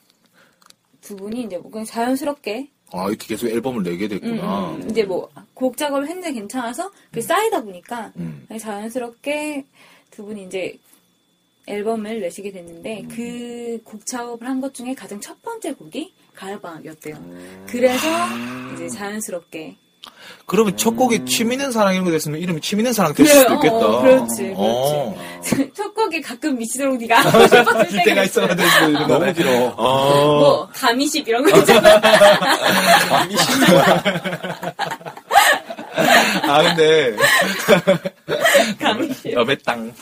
[SPEAKER 5] 두 분이 이제 뭐 그냥 자연스럽게
[SPEAKER 3] 아 이렇게 계속 앨범을 내게 됐구나.
[SPEAKER 5] 음, 음, 이제 뭐 곡 작업을 했는데 괜찮아서 그 쌓이다 보니까
[SPEAKER 3] 음.
[SPEAKER 5] 그냥 자연스럽게 두 분이 이제 앨범을 내시게
[SPEAKER 3] 음.
[SPEAKER 5] 됐는데 그 곡 작업을 한 것 중에 가장 첫 번째 곡이 가을방학이었대요.
[SPEAKER 3] 아.
[SPEAKER 5] 그래서 이제 자연스럽게
[SPEAKER 3] 그러면 첫 곡이 치미는 사랑 이런 거 됐으면 이름이 치미는 사랑 됐을 수도
[SPEAKER 5] 그래요.
[SPEAKER 3] 있겠다.
[SPEAKER 5] 어, 그렇지,
[SPEAKER 3] 어.
[SPEAKER 5] [LAUGHS] 첫 곡이 가끔 미치도록 네가
[SPEAKER 3] [LAUGHS]
[SPEAKER 5] 하고 싶었을 때가 있어.
[SPEAKER 3] 되는 거 너무
[SPEAKER 4] 네.
[SPEAKER 3] 길어. 어.
[SPEAKER 5] 뭐 가미십 이런 거
[SPEAKER 3] [LAUGHS]
[SPEAKER 5] 있잖아.
[SPEAKER 3] 아 근데 [LAUGHS]
[SPEAKER 5] 가미십.
[SPEAKER 3] 여배 땅.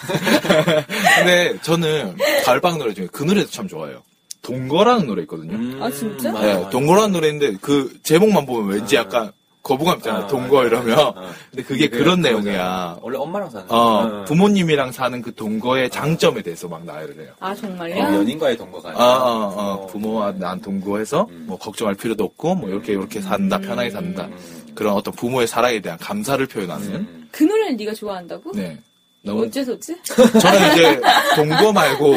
[SPEAKER 3] [LAUGHS] 근데 저는 가을방 노래 중에 그 노래도 참 좋아해요. 동거라는 노래 있거든요.
[SPEAKER 4] 음,
[SPEAKER 5] 아 진짜?
[SPEAKER 3] 네, 동거라는 노래인데 그 제목만 보면 왠지 약간 거부감 있잖아.
[SPEAKER 4] 아,
[SPEAKER 3] 동거
[SPEAKER 4] 맞아.
[SPEAKER 3] 이러면.
[SPEAKER 4] 아.
[SPEAKER 3] 근데 그게 그런 내용이야.
[SPEAKER 4] 그거잖아. 원래 엄마랑 사는.
[SPEAKER 3] 어,
[SPEAKER 4] 음.
[SPEAKER 3] 부모님이랑 사는 그 동거의 장점에 대해서 막 나열을 해요.
[SPEAKER 5] 아
[SPEAKER 4] 어,
[SPEAKER 5] 정말요?
[SPEAKER 4] 연인과의 동거가
[SPEAKER 3] 아,
[SPEAKER 4] 아니라
[SPEAKER 3] 아, 아,
[SPEAKER 4] 어.
[SPEAKER 3] 부모와 난 동거해서
[SPEAKER 4] 음.
[SPEAKER 3] 뭐 걱정할 필요도 없고 뭐 이렇게 이렇게 산다 편하게 산다 그런 어떤 부모의 사랑에 대한 감사를 표현하는
[SPEAKER 4] 음.
[SPEAKER 5] 그 노래를 네가 좋아한다고?
[SPEAKER 3] 네 너무
[SPEAKER 5] 어째서 어째?
[SPEAKER 3] 저는 이제 동거 말고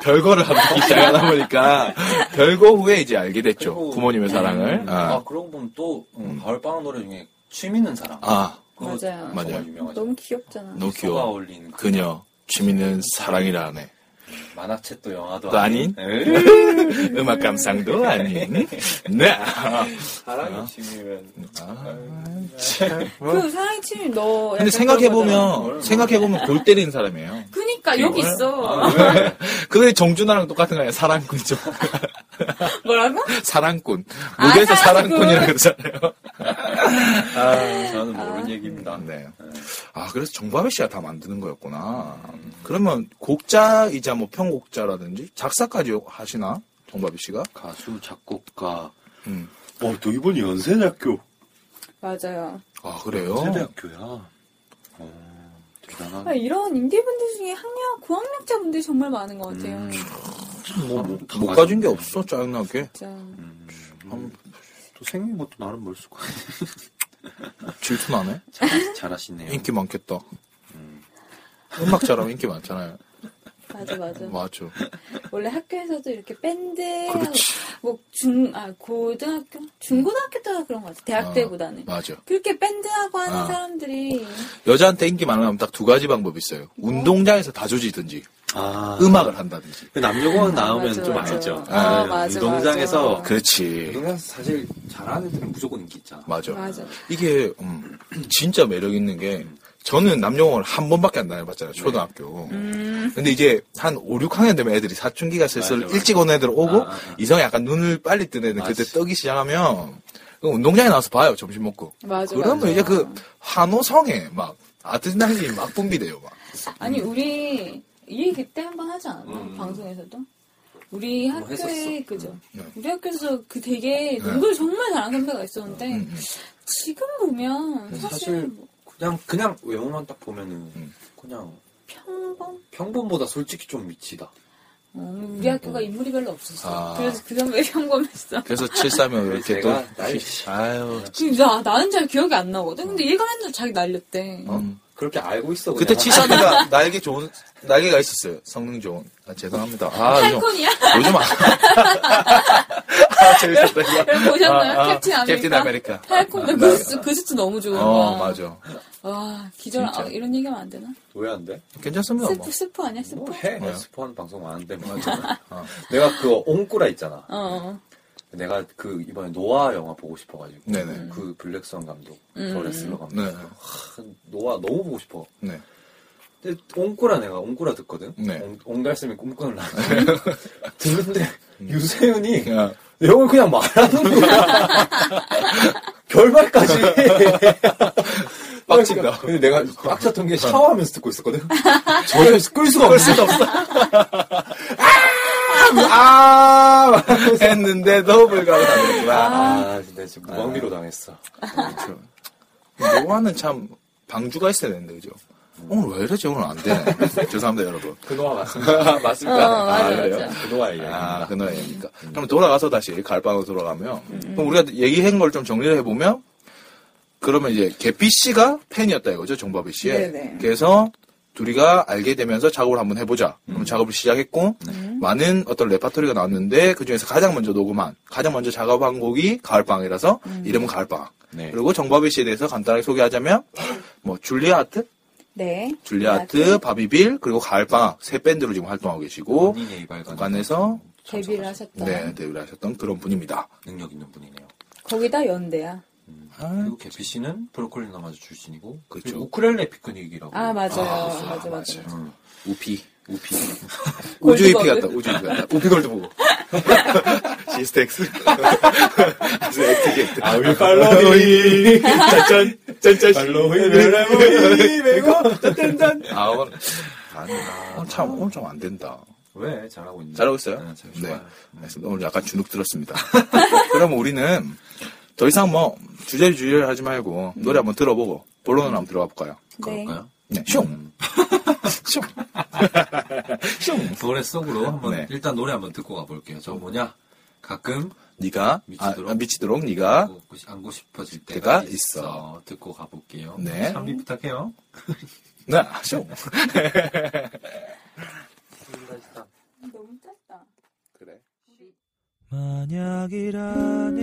[SPEAKER 3] 별거를 하기 시작하다
[SPEAKER 4] [LAUGHS]
[SPEAKER 3] 보니까 별거 후에 이제 알게 됐죠
[SPEAKER 4] 그리고-
[SPEAKER 3] 그렇죠. 부모님의 사랑을
[SPEAKER 4] 아,
[SPEAKER 3] 아,
[SPEAKER 4] 그러고 보면 또 음, 가을 방학 노래 중에 취미는 사랑.
[SPEAKER 3] 아
[SPEAKER 4] 그거
[SPEAKER 5] 맞아요.
[SPEAKER 4] 정말
[SPEAKER 3] 맞아요.
[SPEAKER 4] 유명하죠.
[SPEAKER 5] 너무 귀엽잖아.
[SPEAKER 3] 너무
[SPEAKER 4] 가
[SPEAKER 3] 귀여워
[SPEAKER 4] 어울린 그
[SPEAKER 3] 그녀 취미는 사랑이라네
[SPEAKER 4] 만화책도 영화도 네.
[SPEAKER 3] 또 아닌?
[SPEAKER 4] 에?
[SPEAKER 3] 음악 감상도 아닌 네
[SPEAKER 4] 사랑이 취미면
[SPEAKER 5] 그 사랑의 침입 너. 약간
[SPEAKER 3] 근데
[SPEAKER 5] 그런 거잖아.
[SPEAKER 3] 생각해보면 생각해보면 골 때리는 사람이에요
[SPEAKER 5] 그니까 여기
[SPEAKER 3] 이거야? 아,
[SPEAKER 5] 있어.
[SPEAKER 3] 그게 정준하랑 똑같은 거 아니야? 사랑꾼이죠.
[SPEAKER 5] [LAUGHS] 뭐라고?
[SPEAKER 3] 사랑꾼. 무대에서
[SPEAKER 5] 아, 사랑꾼.
[SPEAKER 3] 사랑꾼이라고 그러잖아요.
[SPEAKER 4] 저는 모르는 얘기입니다.
[SPEAKER 3] 네. 아, 그래서 정바배 씨가 다 만드는 거였구나. 그러면 곡자이자 뭐 편곡자라든지 작사까지 하시나? 정바배 씨가?
[SPEAKER 4] 가수 작곡가.
[SPEAKER 3] 음.
[SPEAKER 12] 어, 또 이번이
[SPEAKER 3] 어.
[SPEAKER 12] 연세대학교.
[SPEAKER 5] 맞아요.
[SPEAKER 3] 아, 그래요?
[SPEAKER 4] 연세대학교야. 어, 대단한.
[SPEAKER 5] 아, 이런 인디분들 중에 학력, 고학력자분들이 정말 많은
[SPEAKER 4] 음.
[SPEAKER 5] 것 같아요.
[SPEAKER 3] 음. 뭐,
[SPEAKER 4] 뭐,
[SPEAKER 3] 못 가진 게 없어, 짜증나게.
[SPEAKER 5] 진짜.
[SPEAKER 4] 또 생긴 것도 나름 멀쑥하네.
[SPEAKER 3] 질투나네?
[SPEAKER 4] 잘, 잘하시네요.
[SPEAKER 3] 인기 많겠다. 음악 잘하면 인기 많잖아요.
[SPEAKER 5] 맞아, 맞아.
[SPEAKER 3] 맞죠.
[SPEAKER 5] 원래 학교에서도 이렇게 밴드,
[SPEAKER 3] 뭐. 그렇지.
[SPEAKER 5] 뭐, 중, 아, 고등학교? 중고등학교 때가 그런 것 같아. 대학
[SPEAKER 3] 아,
[SPEAKER 5] 때보다는.
[SPEAKER 3] 맞아.
[SPEAKER 5] 그렇게 밴드하고 하는
[SPEAKER 3] 아.
[SPEAKER 5] 사람들이.
[SPEAKER 3] 여자한테 인기 많으면 딱 두 가지 방법이 있어요. 운동장에서 다조지든지,
[SPEAKER 4] 아,
[SPEAKER 3] 음악을 한다든지.
[SPEAKER 4] 그 남녀공학 나오면
[SPEAKER 5] 맞아,
[SPEAKER 4] 좀
[SPEAKER 5] 맞아.
[SPEAKER 4] 알죠.
[SPEAKER 5] 아,
[SPEAKER 4] 네,
[SPEAKER 5] 맞아,
[SPEAKER 4] 운동장에서
[SPEAKER 5] 맞아.
[SPEAKER 3] 그렇지.
[SPEAKER 4] 운동장에서 사실 잘하는 애들은 무조건 인기 있잖아.
[SPEAKER 3] 맞아.
[SPEAKER 5] 맞아.
[SPEAKER 3] 이게 음, 진짜 매력 있는 게 저는 남녀공학을 한 번밖에 안 다녀봤잖아요. 초등학교.
[SPEAKER 5] 음.
[SPEAKER 3] 근데 이제 한 5, 6학년 되면 애들이 사춘기가 슬슬
[SPEAKER 13] 맞아, 맞아.
[SPEAKER 3] 일찍 오는 애들 오고
[SPEAKER 13] 아, 아, 아.
[SPEAKER 3] 이성이 약간 눈을 빨리 뜬 애는 그때
[SPEAKER 13] 맞지.
[SPEAKER 3] 떠기 시작하면 그럼 운동장에 나와서 봐요. 점심 먹고.
[SPEAKER 14] 맞아.
[SPEAKER 3] 그러면
[SPEAKER 14] 맞아.
[SPEAKER 3] 이제 그 한호성에 막 아드레날린이 막 분비돼요. 막.
[SPEAKER 14] 아니 우리 이 얘기 그때 한 번 하지 않았나
[SPEAKER 13] 음.
[SPEAKER 14] 방송에서도 우리
[SPEAKER 13] 뭐
[SPEAKER 14] 학교에
[SPEAKER 13] 했었어.
[SPEAKER 14] 그죠
[SPEAKER 3] 음. 네.
[SPEAKER 14] 우리 학교에서 그 되게 농구를 정말 잘하는 선배가 있었는데
[SPEAKER 3] 음, 네, 음.
[SPEAKER 14] 지금 보면 사실,
[SPEAKER 4] 네, 사실
[SPEAKER 14] 뭐
[SPEAKER 4] 그냥 그냥 외모만 딱 보면은
[SPEAKER 3] 음.
[SPEAKER 4] 그냥
[SPEAKER 14] 평범
[SPEAKER 4] 평범보다 솔직히 좀 미치다.
[SPEAKER 14] 어, 우리 학교가 인물이 별로 없었어
[SPEAKER 3] 아.
[SPEAKER 14] 그래서 그 선배 평범했어
[SPEAKER 3] 그래서
[SPEAKER 4] [LAUGHS]
[SPEAKER 3] 735 이렇게 또 음.
[SPEAKER 4] 제가 날
[SPEAKER 3] 아유
[SPEAKER 14] 지금 나 나는 잘 기억이 안 나거든 근데 얘가 맨날 자기 날렸대
[SPEAKER 4] 어? 그렇게 알고 있어.
[SPEAKER 3] 그때
[SPEAKER 4] 그냥. [LAUGHS]
[SPEAKER 3] 735가 날개 좋은 날개가 있었어요. 성능 좋은. 아, 죄송합니다. 아 요즘
[SPEAKER 14] 탈콘이야 [LAUGHS]
[SPEAKER 3] 요즘 안. 아 재밌었다. 이거.
[SPEAKER 14] 여러분 보셨나요 캡틴 아메리카
[SPEAKER 3] 캡틴 아메리카.
[SPEAKER 14] 탈콘 그 수트 그 수트 너무 좋은
[SPEAKER 3] 어
[SPEAKER 14] 거야
[SPEAKER 3] 맞아.
[SPEAKER 14] 와 기절 아,
[SPEAKER 3] 진짜.
[SPEAKER 14] 이런 얘기하면 안 되나
[SPEAKER 4] 왜 안 돼?
[SPEAKER 3] 괜찮습니다. 뭐.
[SPEAKER 14] 스프 스프 아니야 스프
[SPEAKER 4] 뭐 해.
[SPEAKER 3] 뭐야?
[SPEAKER 4] 스포하는 방송 많은데 [LAUGHS] 맞아.
[SPEAKER 3] 어.
[SPEAKER 4] 내가 그 옹꾸라 있잖아.
[SPEAKER 14] 어, 어.
[SPEAKER 4] 내가 그 이번에 노아 영화 보고 싶어가지고.
[SPEAKER 3] 네네.
[SPEAKER 4] 그 블랙스완 감독,
[SPEAKER 14] 음.
[SPEAKER 4] 저 레슬러 감독.
[SPEAKER 3] 네.
[SPEAKER 4] 하, 노아 너무 보고 싶어.
[SPEAKER 3] 네.
[SPEAKER 4] 근데 옹꾸라 내가 옹꾸라 듣거든.
[SPEAKER 3] 네.
[SPEAKER 4] 옹, 옹달샘이 꿈꾸는 나.
[SPEAKER 3] [LAUGHS]
[SPEAKER 4] 듣는데 유세윤이
[SPEAKER 3] 음. 야,
[SPEAKER 4] 내용을 그냥 말하는 거야. [LAUGHS]
[SPEAKER 3] [LAUGHS]
[SPEAKER 4] 결말까지.
[SPEAKER 3] 빡친다.
[SPEAKER 4] 그러니까.
[SPEAKER 3] 아,
[SPEAKER 4] 근데 내가 빡쳤던 게 샤워하면서 듣고 있었거든. 전혀 끌 수가 없어.
[SPEAKER 3] 수가 [LAUGHS] 없어. 아! 아! 했는데도 불구하고 다녔구나.
[SPEAKER 4] 아, 진짜 지금 무방비로 당했어.
[SPEAKER 3] 그렇죠. 노화는 참 방주가 있어야 되는데 그죠? 오늘 왜 이러지? 오늘 안 돼. [LAUGHS] 죄송합니다 여러분.
[SPEAKER 4] 그 노아 맞습니다. 맞습니다.
[SPEAKER 14] 어, 맞아,
[SPEAKER 4] 아, 그래요?
[SPEAKER 14] 맞아.
[SPEAKER 4] 그 노아의
[SPEAKER 3] 아,
[SPEAKER 4] 이야기입니다.
[SPEAKER 3] 그 노래입니까? 그럼 돌아가서 다시 갈방으로 돌아가면, 그럼 우리가 얘기한 걸 좀 정리를 해보면, 그러면 이제 개피 씨가 팬이었다 이거죠, 정바비 씨의.
[SPEAKER 14] 네네.
[SPEAKER 3] 그래서 둘이가 알게 되면서 작업을 한번 해보자. 그럼 작업을 시작했고, 많은 어떤 레파토리가 나왔는데, 그 중에서 가장 먼저 녹음한, 가장 먼저 작업한 곡이 가을방이라서, 이름은 가을방.
[SPEAKER 4] 네.
[SPEAKER 3] 그리고 정바비 씨에 대해서 간단하게 소개하자면, 뭐, 줄리아트?
[SPEAKER 14] 네.
[SPEAKER 3] 줄리아트, 바비빌, 그리고 가을방, 세 밴드로 지금 활동하고 계시고,
[SPEAKER 4] 본인의 이발관
[SPEAKER 3] 관해서
[SPEAKER 14] 데뷔를 하셨다.
[SPEAKER 3] 네, 데뷔를 하셨던 그런 분입니다.
[SPEAKER 4] 능력 있는 분이네요.
[SPEAKER 14] 거기다 연대야.
[SPEAKER 3] 아,
[SPEAKER 4] 그리고 개피 씨는 브로콜리 남아주 출신이고
[SPEAKER 3] 그렇죠.
[SPEAKER 4] 그리고 우크렐레 피크닉이라고.
[SPEAKER 14] 아, 맞아요.
[SPEAKER 3] 아,
[SPEAKER 14] 맞아, 맞아.
[SPEAKER 3] 맞아요.
[SPEAKER 14] 맞아.
[SPEAKER 4] 음.
[SPEAKER 3] 우피.
[SPEAKER 4] [LAUGHS]
[SPEAKER 3] 우피.
[SPEAKER 14] 골드
[SPEAKER 3] 우주 EP
[SPEAKER 14] 버블.
[SPEAKER 3] 같다, 우주 EP 같다. 우피골드 보고. 시스텍스. [LAUGHS] 아주 네. 액티게이트. 아,
[SPEAKER 4] 우리
[SPEAKER 3] [LAUGHS]
[SPEAKER 4] 팔로이. 짠짠. 짠짠. 팔로이. 팔로이. 메고. 짠짠.
[SPEAKER 3] 아, 오늘, 안, 오늘 참, 오늘 좀 안 된다.
[SPEAKER 4] 왜? 잘하고 있네.
[SPEAKER 3] 잘하고 있어요?
[SPEAKER 4] 네. 잘
[SPEAKER 3] 네.
[SPEAKER 4] 좋아요.
[SPEAKER 3] 알겠습니다. 오늘 약간 주눅 들었습니다. [LAUGHS] 그럼 우리는 더 이상 뭐, 주제를 주제를 하지 말고, 노래 한번 들어보고, 본론을 한번 들어가 볼까요?
[SPEAKER 14] 네.
[SPEAKER 4] 그럴까요?
[SPEAKER 3] 네, 슝! 슝! 슝!
[SPEAKER 4] 노래 네, 속으로 한번
[SPEAKER 3] 네.
[SPEAKER 4] 일단 노래 한번 듣고 가볼게요. 저 뭐냐? 가끔
[SPEAKER 3] 네가
[SPEAKER 4] 미치도록.
[SPEAKER 3] 아, 미치도록 네가
[SPEAKER 4] 안고, 싶- 안고 싶어질
[SPEAKER 3] 때가
[SPEAKER 4] 때가 있어. 듣고 가볼게요.
[SPEAKER 3] 네.
[SPEAKER 4] 참비 부탁해요. 네.
[SPEAKER 3] 나 쇼.
[SPEAKER 14] 너무 짧다.
[SPEAKER 3] 그래.
[SPEAKER 15] 만약이라는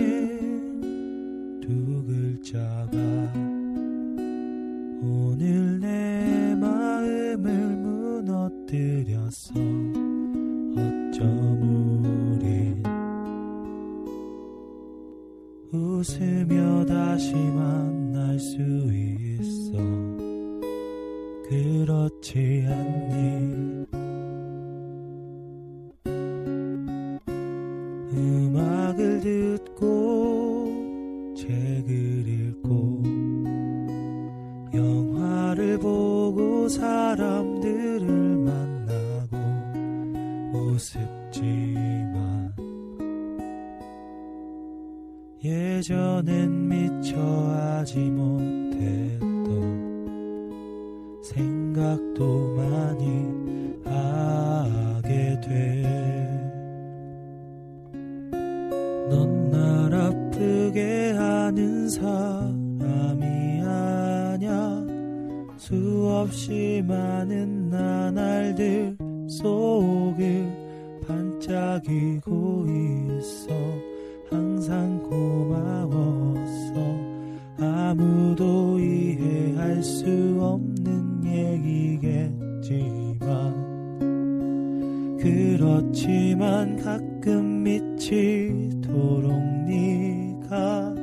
[SPEAKER 15] 두 글자가 오늘 내 마음을 무너뜨려서 어쩜 우린 웃으며 다시 만날 수 있어 그렇지 않니 음악을 듣고 책을 읽고 영화를 보고 사람들을 만나고 우습지만 예전엔 미처 하지 못했던 생각도 많이 하게 돼. 넌 날 아프게 하는 사람이 아냐 수없이 많은 나날들 속을 반짝이고 있어 항상 고마웠어 아무도 이해할 수 없는 얘기겠지만 그렇지만 가끔 미치도록 네가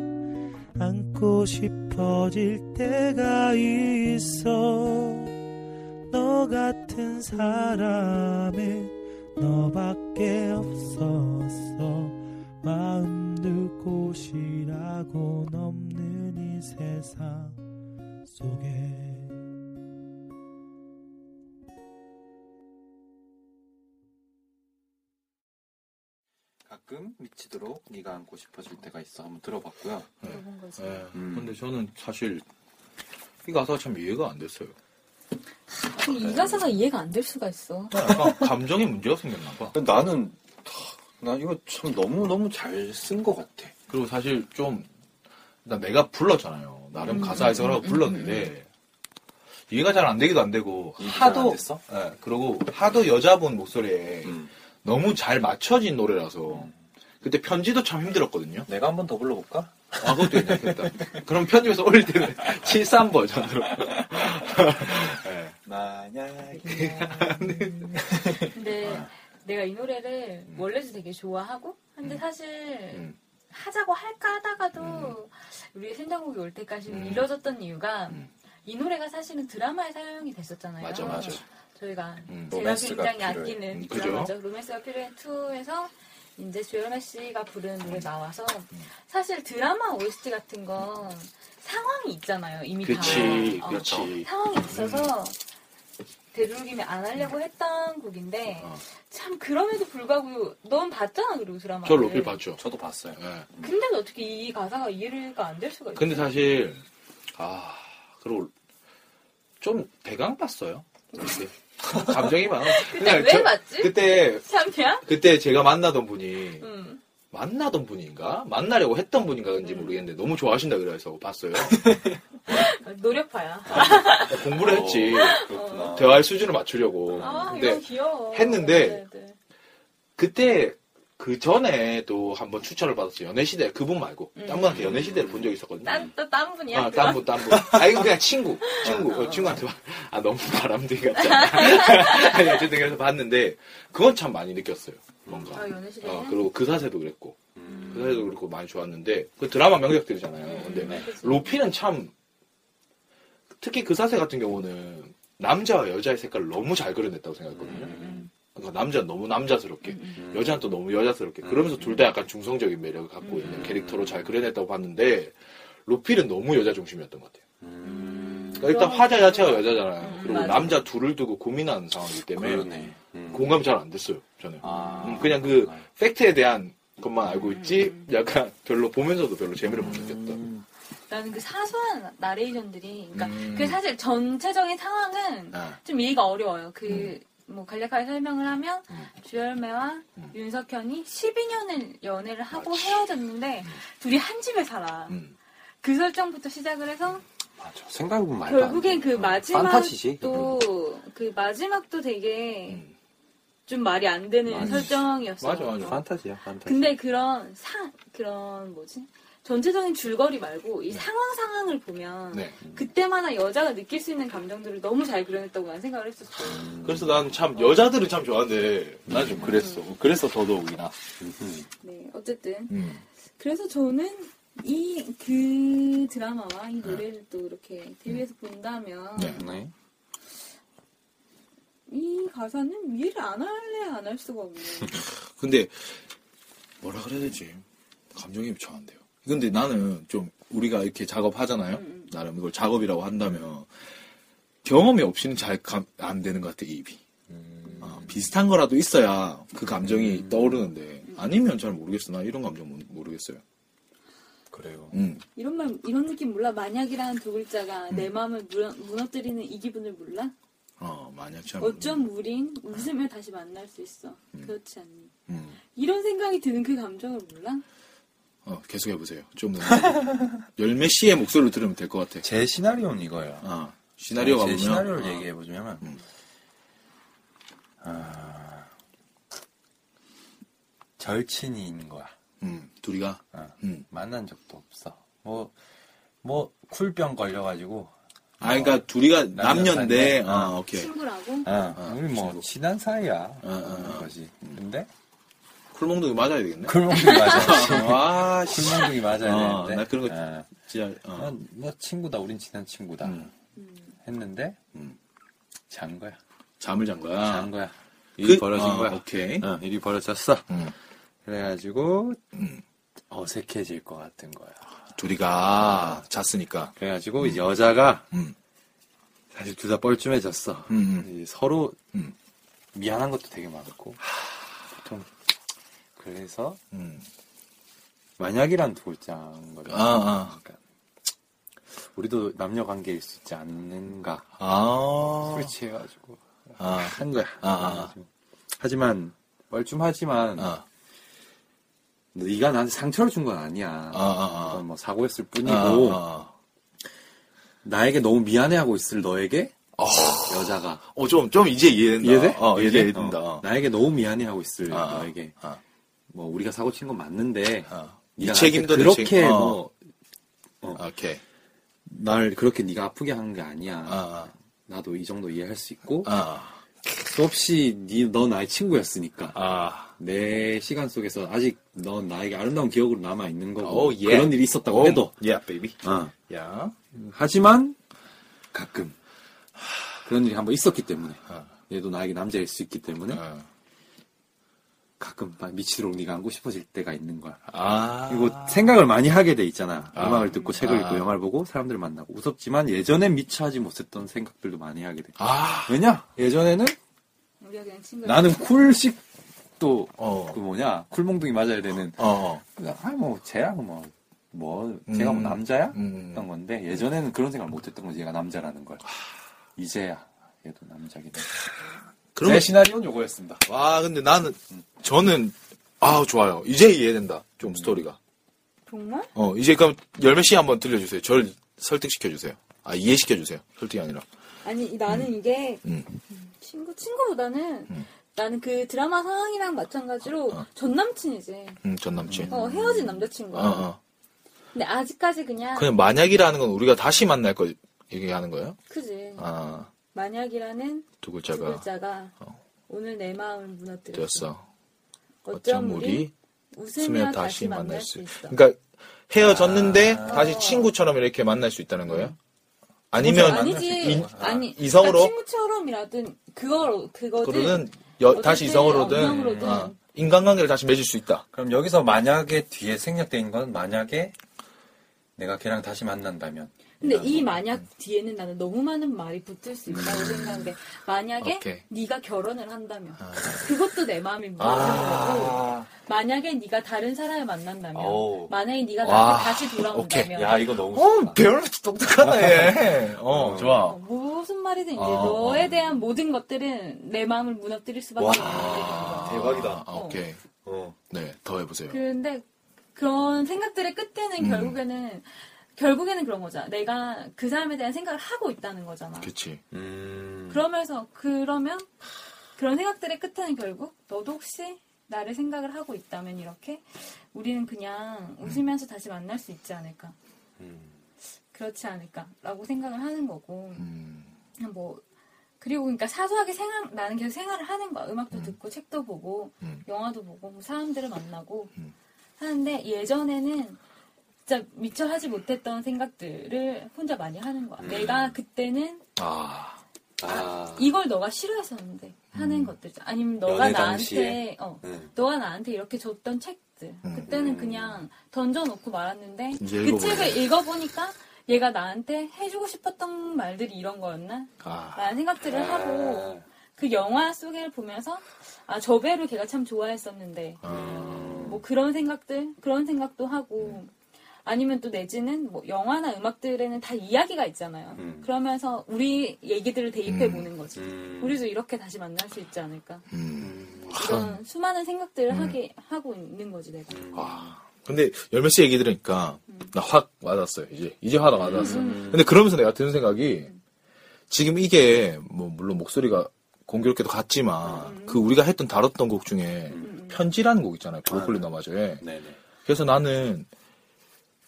[SPEAKER 15] 안고 싶어 싶어질 때가 있어 너 같은 사람은 너밖에 없었어 마음 둘 곳이라고 넘는 이 세상 속에
[SPEAKER 16] 가끔 미치도록 네가 안고 싶어질 때가 있어 한번 들어봤고요.
[SPEAKER 5] 그런 거지.
[SPEAKER 3] 예.
[SPEAKER 16] 음.
[SPEAKER 3] 근데 저는 사실 이 가사가 참 이해가 안 됐어요.
[SPEAKER 5] 근데 이 가사가 이해가 안 될 수가 있어.
[SPEAKER 3] 약간 [LAUGHS] 감정의 문제가 생겼나 봐.
[SPEAKER 4] 나는 나 이거 참 너무 너무 잘 쓴 것 같아.
[SPEAKER 3] 그리고 사실 좀 일단 내가 불렀잖아요.
[SPEAKER 4] 음,
[SPEAKER 3] 나름 가사 해석을 하고 불렀는데 이해가 잘 안 되기도 안 되고
[SPEAKER 4] 이해가 안
[SPEAKER 3] 하도
[SPEAKER 4] 됐어?
[SPEAKER 3] 예, 그리고 하도 여자분 목소리에
[SPEAKER 4] 음.
[SPEAKER 3] 너무 잘 맞춰진 노래라서 그때 편지도 참 힘들었거든요.
[SPEAKER 4] 내가 한 번 더 불러볼까?
[SPEAKER 3] 아 그것도 괜찮겠다. 그럼 편집에서 올릴 때는 [LAUGHS] 73 버전으로
[SPEAKER 4] 만약에
[SPEAKER 5] 근데
[SPEAKER 3] 아.
[SPEAKER 5] 내가 이 노래를 원래도 되게 좋아하고 근데 사실
[SPEAKER 3] 음.
[SPEAKER 5] 하자고 할까 하다가도 우리 생장국이 올 때까지
[SPEAKER 3] 음.
[SPEAKER 5] 밀려졌던 이유가
[SPEAKER 3] 음.
[SPEAKER 5] 이 노래가 사실은 드라마에 사용이 됐었잖아요.
[SPEAKER 3] 맞아 맞아.
[SPEAKER 5] 저희가
[SPEAKER 3] 음,
[SPEAKER 5] 제가
[SPEAKER 4] 로맨스가
[SPEAKER 5] 굉장히
[SPEAKER 4] 필요해.
[SPEAKER 5] 아끼는
[SPEAKER 3] 음,
[SPEAKER 5] 그
[SPEAKER 3] 그죠?
[SPEAKER 5] 죠 로맨스가 필요해 2에서 이제 조연아 씨가 부른
[SPEAKER 3] 음.
[SPEAKER 5] 노래 나와서 사실 드라마 OST 같은 건 상황이 있잖아요. 이미
[SPEAKER 3] 그치 그렇죠.
[SPEAKER 5] 다. 어,
[SPEAKER 3] 그치.
[SPEAKER 5] 상황이 있어서 되도록이면 안 하려고 했던 곡인데
[SPEAKER 3] 어.
[SPEAKER 5] 참 그럼에도 불구하고 넌 봤잖아 그리고 드라마.
[SPEAKER 3] 저 로필 봤죠.
[SPEAKER 4] 저도 봤어요.
[SPEAKER 3] 예.
[SPEAKER 5] 근데 도 어떻게 이 가사가 이해가 안 될 수가 있어?
[SPEAKER 3] 근데 사실 아 그리고 좀 대강 봤어요. 그때. 감정이
[SPEAKER 5] [LAUGHS]
[SPEAKER 3] 많아.
[SPEAKER 5] 그때 왜 봤지?
[SPEAKER 3] 그때
[SPEAKER 5] 참이야?
[SPEAKER 3] 그때 제가 만나던 분이
[SPEAKER 5] 음.
[SPEAKER 3] 만나던 분인가 만나려고 했던 분인가 그런지 모르겠는데 너무 좋아하신다 그래서 봤어요.
[SPEAKER 5] 노력파야.
[SPEAKER 3] 아, 공부를 했지
[SPEAKER 4] 그렇구나.
[SPEAKER 3] 대화의 수준을 맞추려고.
[SPEAKER 5] 아 이거
[SPEAKER 3] 근데
[SPEAKER 5] 귀여워.
[SPEAKER 3] 했는데
[SPEAKER 5] 네, 네.
[SPEAKER 3] 그때 그 전에 또 한번 추천을 받았어요. 연애시대 그분 말고
[SPEAKER 5] 음.
[SPEAKER 3] 딴 분한테 연애시대를 본 적이 있었거든요.
[SPEAKER 5] 딴, 또, 딴 분이야?
[SPEAKER 3] 아,
[SPEAKER 5] 그럼?
[SPEAKER 3] 딴 분, 딴 분. 아, 이거 그냥 친구. 친구. 어, 친구한테. 봐. 아, 너무 바람둥이
[SPEAKER 5] [LAUGHS]
[SPEAKER 3] 같잖아. 아니, 어쨌든 그래서 봤는데, 그건 참 많이 느꼈어요. 뭔가.
[SPEAKER 5] [LAUGHS] 아, 연애 시대에?
[SPEAKER 3] 어, 그리고 그 사세도 그랬고. 그 사세도 그렇고 많이 좋았는데, 그 드라마
[SPEAKER 5] 네,
[SPEAKER 3] 명작들이잖아요. 근데, 로피는 참, 특히 그 사세 같은 경우는, 남자와 여자의 색깔을 너무 잘 그려냈다고 생각했거든요. 그러니까 남자는 너무 남자스럽게,
[SPEAKER 5] 음,
[SPEAKER 3] 여자는 또 너무 여자스럽게. 그러면서 둘 다 약간 중성적인 매력을 갖고 있는
[SPEAKER 5] 음.
[SPEAKER 3] 캐릭터로 잘 그려냈다고 봤는데, 로필은 너무 여자 중심이었던 것 같아요. 그러니까 일단
[SPEAKER 5] 그럼-
[SPEAKER 3] 화자 자체가 여자잖아요.
[SPEAKER 5] 음,
[SPEAKER 3] 그리고
[SPEAKER 5] 맞아.
[SPEAKER 3] 남자 둘을 두고 고민하는 상황이기 때문에
[SPEAKER 4] 그러네. 음.
[SPEAKER 3] 공감이 잘 안 됐어요. 저는
[SPEAKER 4] 아.
[SPEAKER 3] 음, 그냥 그 팩트에 대한 것만 알고
[SPEAKER 5] 음,
[SPEAKER 3] 있지 약간 별로 보면서도 별로 재미를 못 느꼈다.
[SPEAKER 5] 나는 그 사소한 나레이션들이, 그러니까
[SPEAKER 3] 음.
[SPEAKER 5] 그 사실 전체적인 상황은
[SPEAKER 3] 아,
[SPEAKER 5] 좀 이해가 어려워요.
[SPEAKER 4] 음.
[SPEAKER 5] 그, 뭐, 간략하게 설명을 하면, 주열매와
[SPEAKER 3] 음.
[SPEAKER 5] 윤석현이 12년을 연애를 하고 헤어졌는데,
[SPEAKER 4] 음.
[SPEAKER 5] 둘이 한 집에 살아.
[SPEAKER 3] 음.
[SPEAKER 5] 그 설정부터 시작을 해서,
[SPEAKER 4] 맞아. 생각해보면 말도 안 돼. 어,
[SPEAKER 5] 결국엔 그
[SPEAKER 4] 판타지지.
[SPEAKER 5] 마지막도, 그 마지막도 되게
[SPEAKER 3] 음.
[SPEAKER 5] 좀 말이 안 되는
[SPEAKER 4] 맞아.
[SPEAKER 5] 설정이었어요.
[SPEAKER 3] 맞아, 맞아.
[SPEAKER 4] 판타지야, 판타지.
[SPEAKER 5] 근데 그런 사, 그런 뭐지? 전체적인 줄거리 말고
[SPEAKER 4] 음.
[SPEAKER 5] 이 상황 상황을 보면
[SPEAKER 3] 네.
[SPEAKER 5] 그때마다 여자가 느낄 수 있는 감정들을 너무 잘 그려냈다고 난 생각을 했었어. 요
[SPEAKER 3] 그래서 난 참 여자들은 참 좋아하는데 난 좀 음. 그랬어. 그래서 더더욱이나.
[SPEAKER 5] 네, 어쨌든
[SPEAKER 3] 음.
[SPEAKER 5] 그래서 저는 이 그 드라마와 이 노래를 또 이렇게 대비해서 본다면
[SPEAKER 3] 네.
[SPEAKER 4] 네.
[SPEAKER 5] 이 가사는 이해를 안 할래 안 할 수가 없네.
[SPEAKER 3] 근데 뭐라 그래야 되지? 감정이 잘 안 돼요. 근데 나는 좀 우리가 이렇게 작업하잖아요. 나름 이걸 작업이라고 한다면 경험이 없이는 잘 안 되는 것 같아 입이.
[SPEAKER 4] 음.
[SPEAKER 3] 아, 비슷한 거라도 있어야 그 감정이 떠오르는데 아니면 잘 모르겠어. 나 이런 감정 모- 모르겠어요.
[SPEAKER 4] 그래요.
[SPEAKER 3] 음.
[SPEAKER 5] 이런 말 이런 느낌 몰라 만약이라는 두 글자가 내 마음을 무너, 무너뜨리는 이 기분을 몰라?
[SPEAKER 3] 어 만약 참.
[SPEAKER 5] 어쩜 우린 웃으며 다시 만날 수 있어. 그렇지 않니?
[SPEAKER 3] 음.
[SPEAKER 5] 이런 생각이 드는 그 감정을 몰라?
[SPEAKER 3] 어 계속 해보세요. 좀 [LAUGHS] 열매 씨의 목소리로 들으면 될 것 같아.
[SPEAKER 4] 제 시나리오는 이거예요.
[SPEAKER 3] 아 시나리오가
[SPEAKER 4] 네, 제
[SPEAKER 3] 보면
[SPEAKER 4] 시나리오를
[SPEAKER 3] 아,
[SPEAKER 4] 얘기해보자면,
[SPEAKER 3] 음.
[SPEAKER 4] 아, 절친이 있는 거야.
[SPEAKER 3] 음, 둘이가
[SPEAKER 4] 어.
[SPEAKER 3] 음.
[SPEAKER 4] 만난 적도 없어. 뭐, 뭐, 쿨병 걸려가지고.
[SPEAKER 3] 아 그러니까 둘이가
[SPEAKER 4] 남녀
[SPEAKER 3] 남녀인데
[SPEAKER 4] 사이네.
[SPEAKER 3] 아 오케이. 어,
[SPEAKER 5] 친구라고?
[SPEAKER 3] 그
[SPEAKER 4] 아, 우리 뭐, 친한 사이야.
[SPEAKER 3] 아, 아,
[SPEAKER 4] 그런 거지. 근데,
[SPEAKER 3] 쿨몽둥이 맞아야 되겠네.
[SPEAKER 4] 굴멍둥이
[SPEAKER 3] [LAUGHS]
[SPEAKER 4] 맞아야지.
[SPEAKER 3] 아, 씨.
[SPEAKER 4] 굴멍둥이 맞아야
[SPEAKER 3] 어,
[SPEAKER 4] 되는데.
[SPEAKER 3] 나 그런 거
[SPEAKER 4] 예.
[SPEAKER 3] 진짜. 어.
[SPEAKER 4] 난, 뭐 친구다, 우린 친한 친구다.
[SPEAKER 3] 음.
[SPEAKER 4] 했는데,
[SPEAKER 3] 음.
[SPEAKER 4] 잔 거야.
[SPEAKER 3] 잠을 잔 거야.
[SPEAKER 4] 잔 거야.
[SPEAKER 3] 그-
[SPEAKER 4] 일이 벌어진
[SPEAKER 3] 어,
[SPEAKER 4] 거야.
[SPEAKER 3] 오케이.
[SPEAKER 4] 어, 일이 벌어졌어.
[SPEAKER 3] 음.
[SPEAKER 4] 그래가지고, 어색해질 것 같은 거야.
[SPEAKER 3] 둘이가 잤으니까.
[SPEAKER 4] 그래가지고, 여자가,
[SPEAKER 3] 음.
[SPEAKER 4] 사실 둘 다 뻘쭘해졌어.
[SPEAKER 3] 음,
[SPEAKER 4] 이 서로,
[SPEAKER 3] 음.
[SPEAKER 4] 미안한 것도 되게 많았고, 보통, 그래서,
[SPEAKER 3] 음.
[SPEAKER 4] 만약이란 두골자인 거죠.
[SPEAKER 3] 아,
[SPEAKER 4] 그러니까 우리도 남녀 관계일 수 있지 않는가.
[SPEAKER 3] 아. 아.
[SPEAKER 4] 술 취해가지고
[SPEAKER 3] 아.
[SPEAKER 4] 한 거야.
[SPEAKER 3] 아, 아,
[SPEAKER 4] 하지만 뻘쭘하지만
[SPEAKER 3] 아.
[SPEAKER 4] 네가 나한테 상처를 준 건 아니야.
[SPEAKER 3] 아, 아, 아.
[SPEAKER 4] 그건 뭐 사고였을
[SPEAKER 3] 아,
[SPEAKER 4] 뿐이고
[SPEAKER 3] 아.
[SPEAKER 4] 나에게 너무 미안해하고 있을 너에게 여자가
[SPEAKER 3] 어, 좀, 좀 이제 이해된다.
[SPEAKER 4] 어. 이해돼?
[SPEAKER 3] 어,
[SPEAKER 4] 이해돼?
[SPEAKER 3] 이해된다.
[SPEAKER 4] 어. 나에게 너무 미안해하고 있을
[SPEAKER 3] 아,
[SPEAKER 4] 너에게
[SPEAKER 3] 아.
[SPEAKER 4] 뭐 우리가 사고 친 건 맞는데
[SPEAKER 3] 아.
[SPEAKER 4] 네가
[SPEAKER 3] 이 책임도
[SPEAKER 4] 나한테
[SPEAKER 3] 내
[SPEAKER 4] 그렇게 뭐,
[SPEAKER 3] 책임. 어. 아,
[SPEAKER 4] 어.
[SPEAKER 3] 오케이.
[SPEAKER 4] 뭐 날 그렇게 네가 아프게 한 게 아니야.
[SPEAKER 3] 아,
[SPEAKER 4] 나도 이 정도 이해할 수 있고
[SPEAKER 3] 아. 아.
[SPEAKER 4] 수없이 네, 넌 나의 친구였으니까
[SPEAKER 3] 아.
[SPEAKER 4] 내 시간 속에서 아직 넌 나에게 아름다운 기억으로 남아 있는 거고
[SPEAKER 3] 오, 예.
[SPEAKER 4] 그런 일이 있었다고 해도
[SPEAKER 3] 야, 베이비.
[SPEAKER 4] 어.
[SPEAKER 3] 야.
[SPEAKER 4] 하지만 가끔 그런 일이 한번 있었기 때문에 얘도 나에게 남자일 수 있기 때문에
[SPEAKER 3] 어.
[SPEAKER 4] 가끔 막 미치도록 네가 안고 싶어질 때가 있는 거야
[SPEAKER 3] 아.
[SPEAKER 4] 그리고 생각을 많이 하게 돼 있잖아
[SPEAKER 3] 아.
[SPEAKER 4] 음악을 듣고 책을 읽고
[SPEAKER 3] 아.
[SPEAKER 4] 영화를 보고 사람들을 만나고 무섭지만 예전엔 미처 하지 못했던 생각들도 많이 하게 돼
[SPEAKER 3] 아.
[SPEAKER 4] 왜냐 예전에는
[SPEAKER 5] 우리가 그냥 친구.
[SPEAKER 4] 나는 쿨식 또
[SPEAKER 3] 어.
[SPEAKER 4] 그 뭐냐 쿨몽둥이 맞아야 되는 그,
[SPEAKER 3] 어.
[SPEAKER 4] 아뭐 쟤랑 뭐, 뭐 제가
[SPEAKER 3] 음.
[SPEAKER 4] 뭐 남자야?
[SPEAKER 3] 음.
[SPEAKER 4] 했던 건데 예전에는 그런 생각을 못했던 거지 얘가 남자라는 걸 이제야 얘도 남자긴
[SPEAKER 3] 그러면
[SPEAKER 4] 시나리오는 요거였습니다
[SPEAKER 3] 와 근데 나는 저는 아 좋아요 이제 이해된다 좀
[SPEAKER 4] 음.
[SPEAKER 3] 스토리가
[SPEAKER 5] 정말?
[SPEAKER 3] 어 이제 그럼 열매씨 한번 들려주세요 저를 설득시켜 주세요 아 이해시켜 주세요 설득이 아니라
[SPEAKER 5] 아니 이- 나는 이게
[SPEAKER 3] 음.
[SPEAKER 5] 친구 친구보다는
[SPEAKER 3] 음.
[SPEAKER 5] 나는 그 드라마 상황이랑 마찬가지로
[SPEAKER 3] 어.
[SPEAKER 5] 전 남친이지.
[SPEAKER 3] 음, 전 남친
[SPEAKER 5] 어 헤어진 남자친구.
[SPEAKER 3] 어,
[SPEAKER 5] 야
[SPEAKER 3] 어.
[SPEAKER 5] 근데 아직까지 그냥
[SPEAKER 3] 그냥 만약이라는 건 우리가 다시 만날 거 얘기하는 거예요
[SPEAKER 5] 크지.
[SPEAKER 3] 그 아두
[SPEAKER 5] 만약이라는 두
[SPEAKER 3] 글자가
[SPEAKER 5] 글자가
[SPEAKER 3] 어.
[SPEAKER 5] 오늘 내 마음을 무너뜨렸어.
[SPEAKER 3] 되었어
[SPEAKER 5] 어쩜
[SPEAKER 3] 어쩜
[SPEAKER 5] 우리
[SPEAKER 3] 우리
[SPEAKER 5] 웃으며 다시 만날 수 있어.
[SPEAKER 3] 그러니까 헤어졌는데
[SPEAKER 5] 어.
[SPEAKER 3] 다시 친구처럼 이렇게 만날 수 있다는 거예요 아니면
[SPEAKER 5] 아니지.
[SPEAKER 3] 인-
[SPEAKER 5] 아니
[SPEAKER 3] 이성으로?
[SPEAKER 5] 그러니까 친구처럼이라든 그걸 그거든.
[SPEAKER 3] 그거는 여-
[SPEAKER 5] 어쨌든
[SPEAKER 3] 다시 이성으로든
[SPEAKER 5] 어, 이성으로든.
[SPEAKER 3] 아, 인간관계를 다시 맺을 수 있다
[SPEAKER 4] 그럼 여기서 만약에 뒤에 생략된 건 만약에 내가 걔랑 다시 만난다면
[SPEAKER 5] 근데 이 만약
[SPEAKER 4] 음.
[SPEAKER 5] 뒤에는 나는 너무 많은 말이 붙을 수 있다고 생각해. 만약에
[SPEAKER 3] 오케이.
[SPEAKER 5] 네가 결혼을 한다면
[SPEAKER 4] 아.
[SPEAKER 5] 그것도 내 마음이 무너지는 거고. 만약에 네가 다른 사람을 만난다면
[SPEAKER 4] 어우.
[SPEAKER 5] 만약에 네가
[SPEAKER 3] 와.
[SPEAKER 5] 나한테 다시 돌아온다면
[SPEAKER 4] 야 이거 너무
[SPEAKER 3] 어,
[SPEAKER 4] 좋다
[SPEAKER 3] 배우는 똑똑하네. 얘. 어, 좋아.
[SPEAKER 5] 어, 무슨 말이든 이제
[SPEAKER 4] 아,
[SPEAKER 3] 어,
[SPEAKER 5] 너에 대한 모든 것들은 내 마음을 무너뜨릴 수밖에 없는 거야.
[SPEAKER 4] 대박이다.
[SPEAKER 3] 아, 오케이.
[SPEAKER 4] 어.
[SPEAKER 3] 네, 더 해보세요.
[SPEAKER 5] 그런데 그런 생각들의 끝에는
[SPEAKER 3] 음.
[SPEAKER 5] 결국에는 결국에는 그런 거잖아. 내가 그 사람에 대한 생각을 하고 있다는 거잖아.
[SPEAKER 3] 그치.
[SPEAKER 4] 음.
[SPEAKER 5] 그러면서 그러면 그런 생각들의 끝에는 결국 너도 혹시 나를 생각을 하고 있다면 이렇게 우리는 그냥
[SPEAKER 3] 음.
[SPEAKER 5] 웃으면서 다시 만날 수 있지 않을까 그렇지 않을까라고 생각을 하는 거고
[SPEAKER 3] 음,
[SPEAKER 5] 그냥 뭐 그리고 그러니까 사소하게 생활 나는 계속 생활을 하는 거야 음악도 듣고 책도 보고
[SPEAKER 3] 음.
[SPEAKER 5] 영화도 보고 뭐 사람들을 만나고
[SPEAKER 3] 음.
[SPEAKER 5] 하는데 예전에는 진짜 미처 하지 못했던 생각들을 혼자 많이 하는
[SPEAKER 3] 음.
[SPEAKER 5] 거야 내가 그때는
[SPEAKER 3] 아,
[SPEAKER 4] 아
[SPEAKER 5] 이걸 너가 싫어했었는데 하는
[SPEAKER 3] 음.
[SPEAKER 5] 것들 아니면 너가
[SPEAKER 4] 연애
[SPEAKER 5] 나한테
[SPEAKER 4] 당시에.
[SPEAKER 5] 어
[SPEAKER 4] 응.
[SPEAKER 5] 너가 나한테 이렇게 줬던 책들
[SPEAKER 3] 네. 음.
[SPEAKER 5] 그때는 그냥 던져놓고 말았는데
[SPEAKER 3] 이제
[SPEAKER 5] 그
[SPEAKER 3] 읽어보네.
[SPEAKER 5] 책을 읽어보니까 얘가 나한테 해주고 싶었던 말들이 이런 거였나
[SPEAKER 3] 아,
[SPEAKER 5] 라는 생각들을 하고 그 영화 속을 보면서 아 저배를 걔가 참 좋아했었는데 뭐 그런 생각들 그런 생각도
[SPEAKER 4] 음.
[SPEAKER 5] 하고 아니면 또 내지는 뭐 영화나 음악들에는 다 이야기가 있잖아요
[SPEAKER 4] 음.
[SPEAKER 5] 그러면서 우리 얘기들을 대입해
[SPEAKER 3] 음.
[SPEAKER 5] 보는 거지
[SPEAKER 4] 음.
[SPEAKER 5] 우리도 이렇게 다시 만날 수 있지 않을까
[SPEAKER 3] 음.
[SPEAKER 5] 이런 수많은 생각들을
[SPEAKER 3] 음.
[SPEAKER 5] 하게 하고 있는 거지 내가
[SPEAKER 4] 음.
[SPEAKER 3] 아. 근데 열매 씨 얘기 들으니까 나 확 와닿았어요. 이제 이제 확 와닿았어.
[SPEAKER 4] 음.
[SPEAKER 3] 근데 그러면서 내가 드는 생각이 지금 이게 뭐 물론 목소리가 공교롭게도 같지만 그 우리가 했던 다뤘던 곡 중에
[SPEAKER 5] 음.
[SPEAKER 3] 편지라는 곡 있잖아요. 브로콜리 너마저에.
[SPEAKER 4] 네네
[SPEAKER 3] 그래서 나는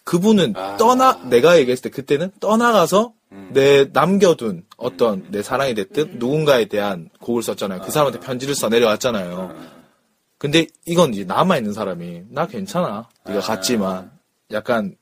[SPEAKER 3] 그분은
[SPEAKER 4] 아.
[SPEAKER 3] 떠나 내가 얘기했을 때 그때는 떠나가서
[SPEAKER 4] 음.
[SPEAKER 3] 내 남겨둔 어떤
[SPEAKER 4] 아.
[SPEAKER 3] 내 사랑이 됐든 누군가에 대한 곡을 썼잖아요. 그 사람한테 편지를 써 내려왔잖아요. 근데 이건 이제 남아있는 사람이 나 괜찮아. 네가
[SPEAKER 4] 아.
[SPEAKER 3] 갔지만 약간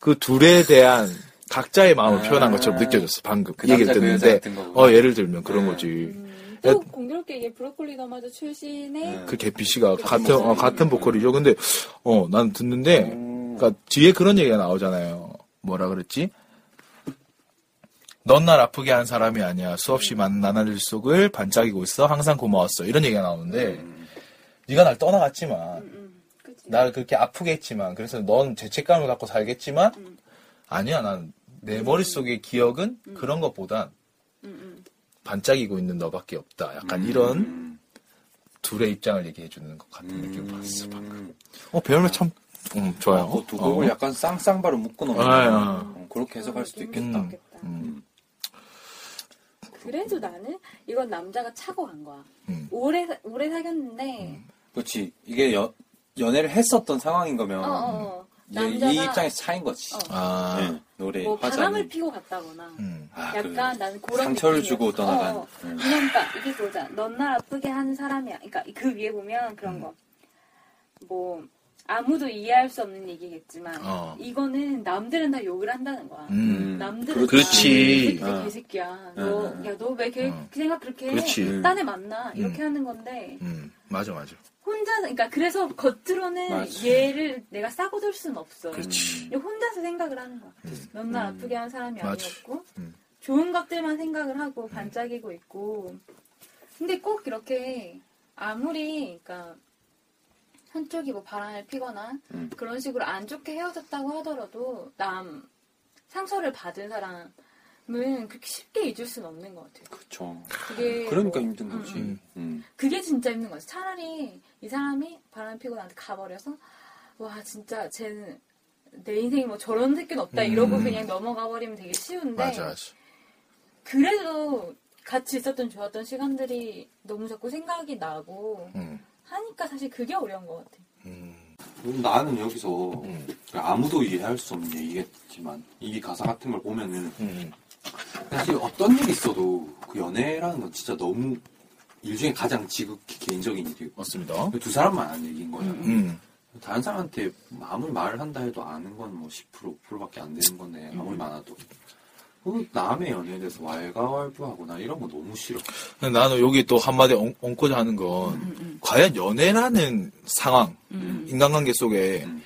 [SPEAKER 3] 그 둘에 대한 각자의 마음을
[SPEAKER 4] 아.
[SPEAKER 3] 표현한 것처럼 느껴졌어. 방금
[SPEAKER 4] 그
[SPEAKER 3] 얘기를
[SPEAKER 4] 남자 그 여자
[SPEAKER 3] 듣는데
[SPEAKER 4] 같은 거고.
[SPEAKER 3] 어 예를 들면 그런
[SPEAKER 4] 네.
[SPEAKER 3] 거지.
[SPEAKER 5] 음.
[SPEAKER 14] 또 공교롭게 이게 브로콜리 너마저 출신의
[SPEAKER 4] 네.
[SPEAKER 3] 그 개피 씨가
[SPEAKER 14] 그
[SPEAKER 3] 같은 어,
[SPEAKER 14] 목소리.
[SPEAKER 3] 같은 보컬이죠. 근데 어 난 듣는데
[SPEAKER 4] 음.
[SPEAKER 3] 그러니까 뒤에 그런 얘기가 나오잖아요. 뭐라 그랬지? 넌 날 아프게 한 사람이 아니야. 수없이 많은 나날들 속을 반짝이고 있어. 항상 고마웠어. 이런 얘기가 나오는데 네가 날 떠나갔지만 날 그렇게 아프게 했지만 그래서 넌 죄책감을 갖고 살겠지만 아니야. 난 내 머릿속의 기억은 그런 것보단 반짝이고 있는 너밖에 없다. 약간 이런 둘의 입장을 얘기해 주는 것 같은 느낌을 받았어 방금. 어 배우면 참 음, 좋아요.
[SPEAKER 4] 어, 두 곡을
[SPEAKER 3] 어.
[SPEAKER 4] 약간 쌍쌍바로 묶어 놓는
[SPEAKER 3] 아,
[SPEAKER 4] 거야.
[SPEAKER 3] 아.
[SPEAKER 4] 음, 그렇게 해석할 수도 있겠다.
[SPEAKER 3] 음. 음.
[SPEAKER 2] 그래도 나는 이건 남자가 차고 간 거야.
[SPEAKER 3] 음.
[SPEAKER 2] 오래 사- 오래 사귀었는데
[SPEAKER 4] 음. 그렇지. 이게 연 연애를 했었던 상황인 거면
[SPEAKER 2] 어, 어, 어.
[SPEAKER 4] 이제
[SPEAKER 2] 남자가 어.
[SPEAKER 4] 이 입장에서 차인
[SPEAKER 5] 어,
[SPEAKER 4] 거지.
[SPEAKER 3] 아.
[SPEAKER 4] 네, 노래
[SPEAKER 2] 뭐 바람을
[SPEAKER 4] 화자는
[SPEAKER 2] 피고 갔다거나
[SPEAKER 3] 음.
[SPEAKER 4] 아,
[SPEAKER 2] 약간 나는 그런
[SPEAKER 4] 상처를
[SPEAKER 2] 느낌이었어.
[SPEAKER 4] 주고 떠나간.
[SPEAKER 2] 어, 어.
[SPEAKER 4] 음.
[SPEAKER 2] 그러니까 이게 보자. 넌 날 아프게 한 사람이야. 그러니까 그 위에 보면
[SPEAKER 4] 음.
[SPEAKER 2] 그런 거. 뭐 아무도 이해할 수 없는 얘기겠지만
[SPEAKER 3] 어.
[SPEAKER 2] 이거는 남들은 다 욕을 한다는 거야.
[SPEAKER 3] 음.
[SPEAKER 2] 남들은
[SPEAKER 3] 그렇지.
[SPEAKER 2] 다
[SPEAKER 4] 어.
[SPEAKER 2] 이 새끼 개새끼야.
[SPEAKER 4] 어. 음.
[SPEAKER 2] 너야 너 왜 걔
[SPEAKER 3] 어.
[SPEAKER 2] 생각 그렇게 해?
[SPEAKER 3] 그렇지.
[SPEAKER 2] 딴애 만나 이렇게 하는 건데
[SPEAKER 3] 음. 맞아 맞아.
[SPEAKER 2] 혼자 그러니까 그래서 겉으로는
[SPEAKER 4] 맞아.
[SPEAKER 2] 얘를 내가 싸고 돌 수는 없어.
[SPEAKER 3] 그렇지.
[SPEAKER 2] 근데 혼자서 생각을 하는 거야. 넌 날 아프게 한 사람이
[SPEAKER 3] 맞아.
[SPEAKER 2] 아니었고
[SPEAKER 3] 음.
[SPEAKER 2] 좋은 것들만 생각을 하고 반짝이고 있고 근데 꼭 이렇게 아무리 그러니까 한쪽이 뭐 바람을 피거나
[SPEAKER 4] 음.
[SPEAKER 2] 그런 식으로 안 좋게 헤어졌다고 하더라도 남 상처를 받은 사람은 그렇게 쉽게 잊을 수는 없는 것 같아요.
[SPEAKER 4] 그렇죠.
[SPEAKER 2] 그게
[SPEAKER 4] 그러니까
[SPEAKER 2] 뭐-
[SPEAKER 4] 힘든 거지.
[SPEAKER 2] 음,
[SPEAKER 3] 음.
[SPEAKER 4] 음.
[SPEAKER 2] 그게 진짜 힘든 거지. 차라리 이 사람이 바람 피고 나한테 가버려서 와 진짜 쟤는 내 인생에 뭐 저런 새끼는 없다 이러고
[SPEAKER 3] 음.
[SPEAKER 2] 그냥 넘어가 버리면 되게 쉬운데
[SPEAKER 3] 맞아 맞아.
[SPEAKER 2] 그래도 같이 있었던 좋았던 시간들이 너무 자꾸 생각이 나고
[SPEAKER 3] 음.
[SPEAKER 2] 하니까 사실 그게 어려운 것 같아.
[SPEAKER 3] 음.
[SPEAKER 4] 그럼 나는 여기서
[SPEAKER 3] 음.
[SPEAKER 4] 아무도 이해할 수 없는 얘기겠지만 이 가사 같은 걸 보면은
[SPEAKER 3] 음.
[SPEAKER 4] 사실 어떤 일이 있어도 그 연애라는 건 진짜 너무 일 중에 가장 지극히 개인적인 일이고 그
[SPEAKER 3] 맞습니다.
[SPEAKER 4] 두 사람만 아는 얘기인 거야.
[SPEAKER 3] 음.
[SPEAKER 4] 다른 사람한테 아무리 말을 한다 해도 아는 건 뭐 10%, 5%밖에 안 되는 건데
[SPEAKER 3] 음.
[SPEAKER 4] 아무리 많아도 그 남의 연애에 대해서 왈가왈부하거나 이런 거 너무 싫어.
[SPEAKER 3] 근데 나는 여기 또 한마디 얹- 얹고자 하는 건
[SPEAKER 4] 음,
[SPEAKER 3] 과연 연애라는 상황, 인간관계 속에
[SPEAKER 4] 음.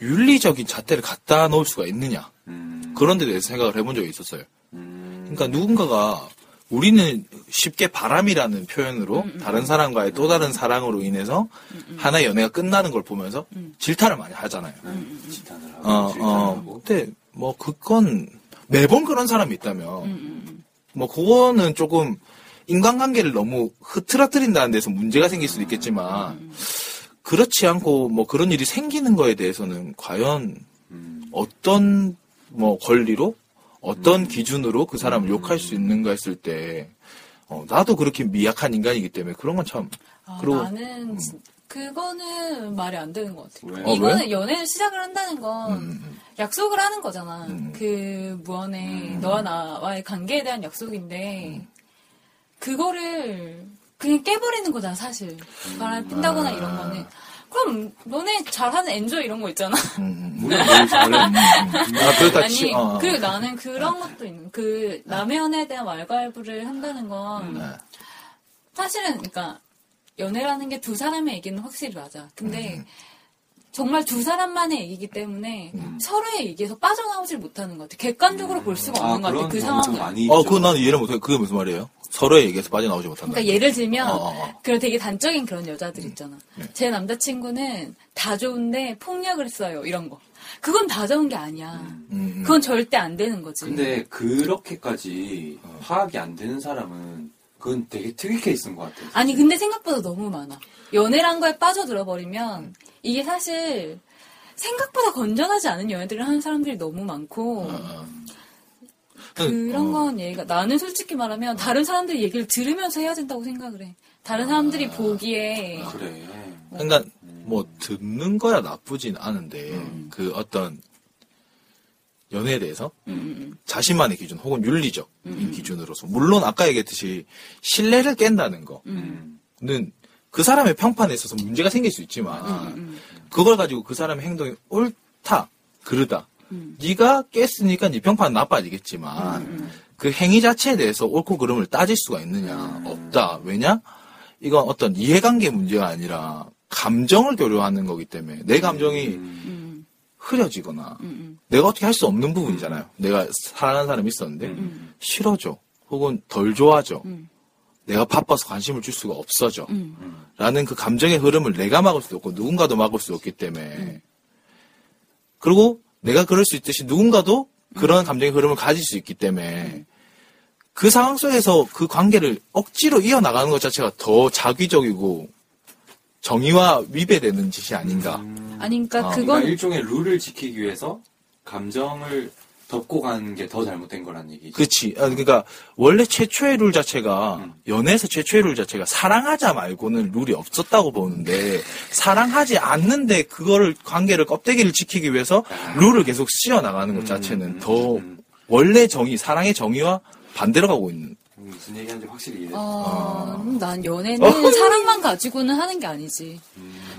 [SPEAKER 3] 윤리적인 잣대를 갖다 놓을 수가 있느냐
[SPEAKER 4] 음,
[SPEAKER 3] 그런 데 대해서 생각을 해본 적이 있었어요.
[SPEAKER 4] 음,
[SPEAKER 3] 그러니까 누군가가 우리는 쉽게 바람이라는 표현으로
[SPEAKER 4] 음,
[SPEAKER 3] 다른 사람과의 또 다른 사랑으로 인해서 하나의 연애가 끝나는 걸 보면서 질타를 많이 하잖아요.
[SPEAKER 4] 음, 지탄을 하고
[SPEAKER 3] 어,
[SPEAKER 4] 질탄을
[SPEAKER 3] 어.
[SPEAKER 4] 하고
[SPEAKER 3] 근데 뭐 그건 매번 그런 사람이 있다면 뭐 그거는 조금 인간관계를 너무 흐트러뜨린다는 데서 문제가 생길 수도 있겠지만 그렇지 않고 뭐 그런 일이 생기는 거에 대해서는 과연
[SPEAKER 4] 음,
[SPEAKER 3] 어떤 뭐 권리로 어떤 기준으로 그 사람을 욕할 수 있는가 했을 때 어, 나도 그렇게 미약한 인간이기 때문에 그런 건 참
[SPEAKER 5] 아,
[SPEAKER 3] 그리고-
[SPEAKER 5] 나는 진- 그거는 말이 안 되는 것 같아요.
[SPEAKER 4] 왜?
[SPEAKER 3] 어, 왜?
[SPEAKER 5] 이거는 연애를 시작을 한다는 건
[SPEAKER 3] 음,
[SPEAKER 5] 약속을 하는 거잖아.
[SPEAKER 3] 음.
[SPEAKER 5] 그 무언의 너와 나와의 관계에 대한 약속인데 그거를 그냥 깨버리는 거잖아 사실. 바람 핀다거나 이런 거는. 그럼 너네 잘하는 엔조 이런 거 있잖아.
[SPEAKER 3] 음, 음. 우리가 뭘 잘해? 음, 음. 아, 그렇다 치.
[SPEAKER 5] 아니
[SPEAKER 3] 어, 어.
[SPEAKER 5] 그리고 나는 그런 것도 있는 그 남의 연애에 대한 왈가왈부를 한다는 건
[SPEAKER 3] 네.
[SPEAKER 5] 사실은 그러니까 연애라는 게 두 사람의 얘기는 확실히 맞아. 근데 정말 두 사람만의 얘기이기 때문에 서로의 얘기에서 빠져나오질 못하는 것 같아. 객관적으로 볼 수가 없는 것 같아.
[SPEAKER 4] 경우도
[SPEAKER 5] 그 상황을.
[SPEAKER 4] 많이
[SPEAKER 3] 어,
[SPEAKER 4] 있죠.
[SPEAKER 3] 그건 난 이해를 못해. 그게 무슨 말이에요? 서로의 얘기에서 빠져나오지 못한다.
[SPEAKER 5] 그러니까 예를 들면
[SPEAKER 3] 어, 어, 어.
[SPEAKER 5] 그런 되게 단적인 그런 여자들 있잖아. 제 남자친구는 다 좋은데 폭력을 써요. 이런 거. 그건 다 좋은 게 아니야.
[SPEAKER 3] 음, 음.
[SPEAKER 5] 그건 절대 안 되는 거지.
[SPEAKER 3] 네.
[SPEAKER 4] 근데 그렇게까지
[SPEAKER 3] 어.
[SPEAKER 4] 파악이 안 되는 사람은 그건 되게 특이 케이스인 것 같아요.
[SPEAKER 5] 아니
[SPEAKER 3] 그-
[SPEAKER 5] 근데 생각보다 너무 많아. 연애란 거에 빠져들어 버리면 이게 사실 생각보다 건전하지 않은 연애들을 하는 사람들이 너무 많고
[SPEAKER 3] 어.
[SPEAKER 5] 그런 건 얘가 나는 솔직히 말하면 다른 사람들 얘기를 들으면서 해야 된다고 생각을 해. 다른 사람들이 보기에
[SPEAKER 4] 그래.
[SPEAKER 3] 그러니까 뭐 듣는 거야 나쁘진 않은데 그 어떤 연애에 대해서 자신만의 기준 혹은 윤리적인 기준으로서 물론 아까 얘기했듯이 신뢰를 깬다는 거는
[SPEAKER 4] 음.
[SPEAKER 3] 그 사람의 평판에 있어서 문제가 생길 수 있지만 그걸 가지고 그 사람의 행동이 옳다 그르다 네가 깼으니까 네 평판은 나빠지겠지만 그 행위 자체에 대해서 옳고 그름을 따질 수가 있느냐 없다 왜냐 이건 어떤 이해관계 문제가 아니라 감정을 교류하는 거기 때문에 내 감정이 흐려지거나 내가 어떻게 할 수 없는 부분이잖아요 내가 사랑하는 사람이 있었는데 싫어져 혹은 덜 좋아져 내가 바빠서 관심을 줄 수가 없어져 라는 그 감정의 흐름을 내가 막을 수도 없고 누군가도 막을 수 없기 때문에 그리고 내가 그럴 수 있듯이 누군가도 그런 감정의 흐름을 가질 수 있기 때문에 그 상황 속에서 그 관계를 억지로 이어나가는 것 자체가 더 자기적이고 정의와 위배되는 짓이 아닌가
[SPEAKER 5] 아니 그러니까
[SPEAKER 3] 아,
[SPEAKER 5] 그건
[SPEAKER 4] 그러니까 일종의 룰을 지키기 위해서 감정을 덮고 가는 게 더 잘못된 거란 얘기죠.
[SPEAKER 3] 그렇지. 아, 그러니까 원래 최초의 룰 자체가 연애에서 최초의 룰 자체가 사랑하자 말고는 룰이 없었다고 보는데 사랑하지 않는데 그거를 관계를 껍데기를 지키기 위해서 룰을 계속 씌워 나가는 것 자체는 더 원래 정의 사랑의 정의와 반대로 가고 있는.
[SPEAKER 4] 음, 무슨 얘기하는지 확실히 이해돼.
[SPEAKER 5] 어, 난 연애는 사랑만 가지고는 하는 게 아니지.